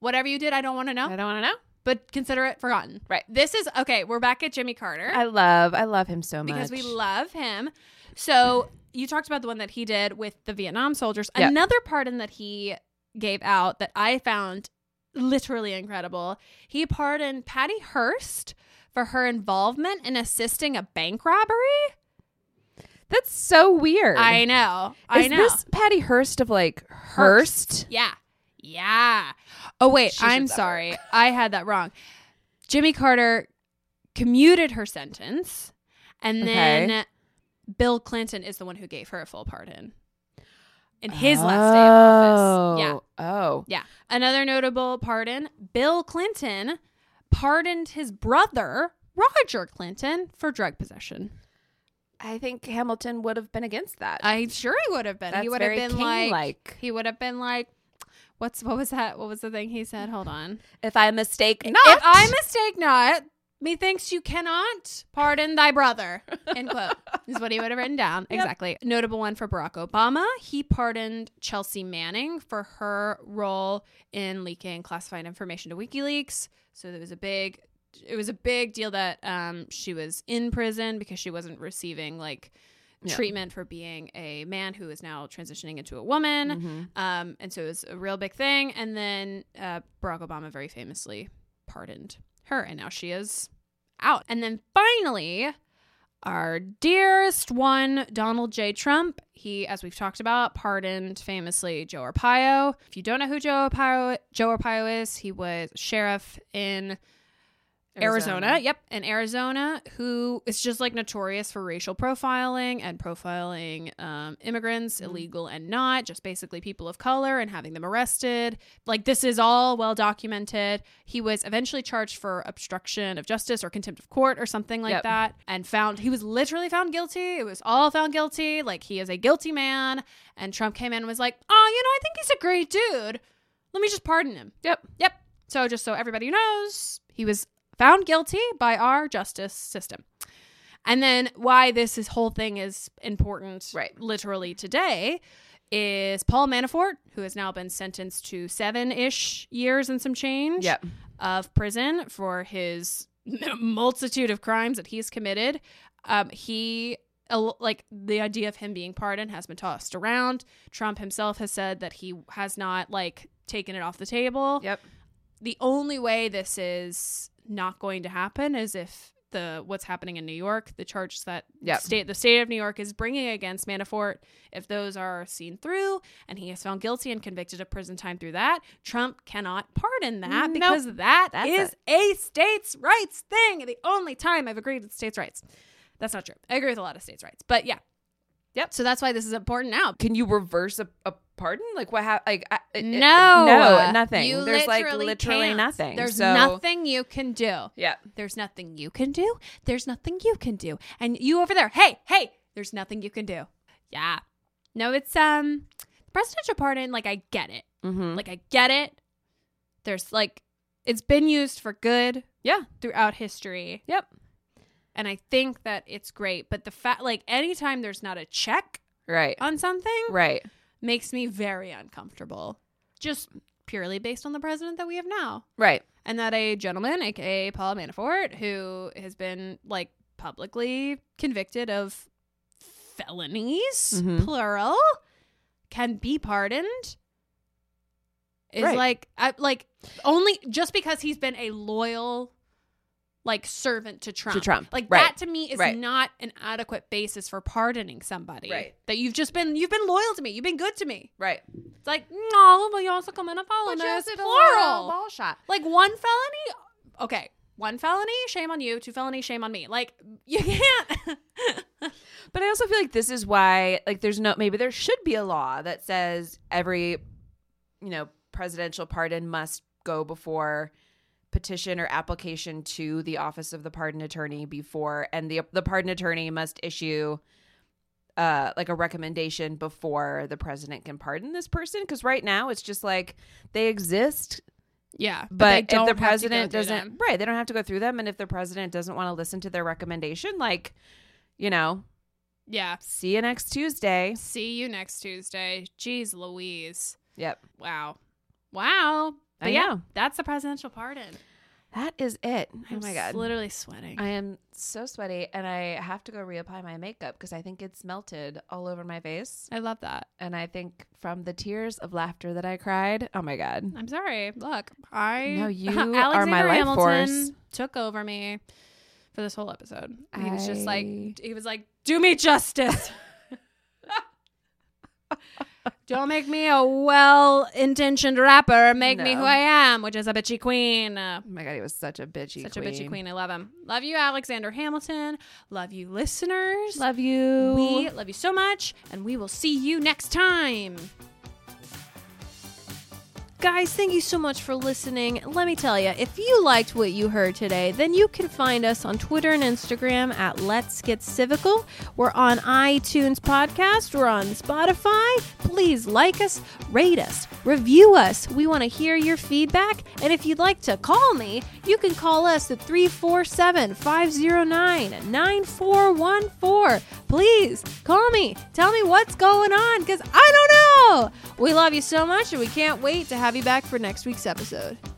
S3: Whatever you did, I don't want to know,
S2: I don't want to know.
S3: but consider it forgotten.
S2: Right.
S3: This is okay. We're back at Jimmy Carter
S2: I love, I love him so much.
S3: because we love him. So you talked about the one that he did with the Vietnam soldiers.
S2: Yeah.
S3: Another pardon that he gave out that I found literally incredible. He pardoned Patty Hearst for her involvement in assisting a bank robbery.
S2: That's so weird.
S3: I know. I
S2: Is
S3: know.
S2: this Patty Hearst of like Hearst?
S3: yeah. Yeah. Oh wait,
S2: She should
S3: I'm
S2: suffer.
S3: sorry. I had that wrong. Jimmy Carter commuted her sentence and then Bill Clinton is the one who gave her a full pardon. In his last day of office. Yeah.
S2: Oh.
S3: Yeah. Another notable pardon Bill Clinton pardoned his brother, Roger Clinton, for drug possession.
S2: I think Hamilton would have been against that.
S3: I sure he would have been.
S2: That's
S3: he would
S2: very
S3: have been like,
S2: king-like.
S3: he would have been like, what's what was that? What was the thing he said? Hold on.
S2: if I mistake not,
S3: If I mistake not, methinks you cannot pardon thy brother. End quote. is what he would have written down. Exactly. Notable one for Barack Obama. He pardoned Chelsea Manning for her role in leaking classified information to WikiLeaks. So there was a big it was a big deal that um, she was in prison because she wasn't receiving like
S2: Yeah.
S3: treatment for being a man who is now transitioning into a woman.
S2: Mm-hmm.
S3: Um, and so it was a real big thing. And then uh, Barack Obama very famously pardoned her, and now she is out. And then finally, our dearest one, Donald J. Trump. He, as we've talked about, pardoned famously Joe Arpaio. If you don't know who Joe Arpaio, Joe Arpaio is, he was sheriff in Arizona. Yep, in Arizona, who is just like notorious for racial profiling and profiling um, immigrants, illegal and not, just basically people of color and having them arrested. Like this is all well documented. He was eventually charged for obstruction of justice or contempt of court or something like
S2: Yep.
S3: that, and found he was literally found guilty. It was all found guilty. Like he is a guilty man. And Trump came in and was like, "Oh, you know, I think he's a great dude. Let me just pardon him."
S2: Yep.
S3: Yep. So just so everybody knows, he was found guilty by our justice system. And then why this is whole thing is important
S2: Right.
S3: literally today is Paul Manafort, who has now been sentenced to seven ish years and some change
S2: Yep.
S3: of prison for his multitude of crimes that he's committed. Um, he el- like the idea of him being pardoned has been tossed around. Trump himself has said that he has not like taken it off the table.
S2: Yep.
S3: The only way this is not going to happen is if the what's happening in New York, the charges that
S2: Yep.
S3: state the state of New York is bringing against Manafort, if those are seen through and he is found guilty and convicted of prison time through that, Trump cannot pardon that
S2: Nope.
S3: because that
S2: That's
S3: is a states' rights thing. The only time I've agreed with states' rights. That's not true. I agree with a lot of states' rights, but yeah.
S2: Yep.
S3: So that's why this is important now.
S2: Can you reverse a, a pardon? Like what? hap like I, it- it-
S3: No,
S2: no, nothing.
S3: You
S2: There's
S3: literally
S2: like literally
S3: can't.
S2: nothing.
S3: There's
S2: So-
S3: nothing you can do.
S2: Yeah.
S3: There's nothing you can do. There's nothing you can do. And you over there, hey, hey, there's nothing you can do. Yeah. No, it's um presidential pardon, like I get it.
S2: Mm-hmm.
S3: Like I get it. There's like it's been used for good
S2: Yeah.
S3: throughout history.
S2: Yep.
S3: And I think that it's great. But the fact like anytime there's not a check
S2: Right.
S3: on something
S2: Right.
S3: makes me very uncomfortable. Just purely based on the president that we have now
S2: Right.
S3: and that a gentleman, aka Paul Manafort, who has been like publicly convicted of felonies,
S2: Mhm.
S3: plural, can be pardoned. Is
S2: Right.
S3: like I, like only just because he's been a loyal like servant to Trump.
S2: Trump,
S3: Like
S2: right.
S3: that to me is
S2: Right.
S3: not an adequate basis for pardoning somebody.
S2: Right.
S3: That you've just been you've been loyal to me. You've been good to me.
S2: Right.
S3: It's like, no, but you also come in a felony. Plural.
S2: shot.
S3: Like one felony, okay, one felony, shame on you. Two felonies, shame on me. Like you can't.
S2: But I also feel like this is why, like, there's no, maybe there should be a law that says every, you know, presidential pardon must go before petition or application to the office of the pardon attorney before, and the the pardon attorney must issue. Uh, like a recommendation before the president can pardon this person because right now it's just like they exist
S3: yeah, but, they
S2: but,
S3: don't
S2: if the
S3: have to go
S2: president
S3: through
S2: doesn't
S3: them.
S2: right they don't have to go through them and if the president doesn't want to listen to their recommendation like you know
S3: yeah.
S2: see you next tuesday
S3: See you next Tuesday. Jeez, Louise.
S2: yep
S3: Wow, wow. But
S2: I
S3: yeah,
S2: know.
S3: that's the presidential pardon.
S2: That is it.
S3: I'm
S2: oh my god.
S3: literally sweating.
S2: I am so sweaty and I have to go reapply my makeup because I think it's melted all over my face.
S3: I love that.
S2: And I think from the tears of laughter that I cried, oh my god.
S3: I'm sorry. Look, I
S2: No, you are my
S3: Alexander
S2: life
S3: Hamilton
S2: force.
S3: Took over me for this whole episode. He was just like
S2: I-
S3: he was like, "Do me justice." Don't make me a well-intentioned rapper. Make me
S2: No.
S3: who I am, which is a bitchy queen. Uh,
S2: Oh my god, he was such a bitchy
S3: Such
S2: queen.
S3: a bitchy queen. I love him. Love you, Alexander Hamilton. Love you, listeners.
S2: Love you.
S3: we love you so much, and we will see you next time. Guys, thank you so much for listening. Let me tell you, if you liked what you heard today, then you can find us on Twitter and Instagram at Let's Get Civical. We're on iTunes Podcast, we're on Spotify. Please like us, rate us, review us. We want to hear your feedback. And if you'd like to call me, you can call us at 347 509 9414. Please call me. Tell me what's going on because I don't know. We love you so much and we can't wait to have you back for next week's episode.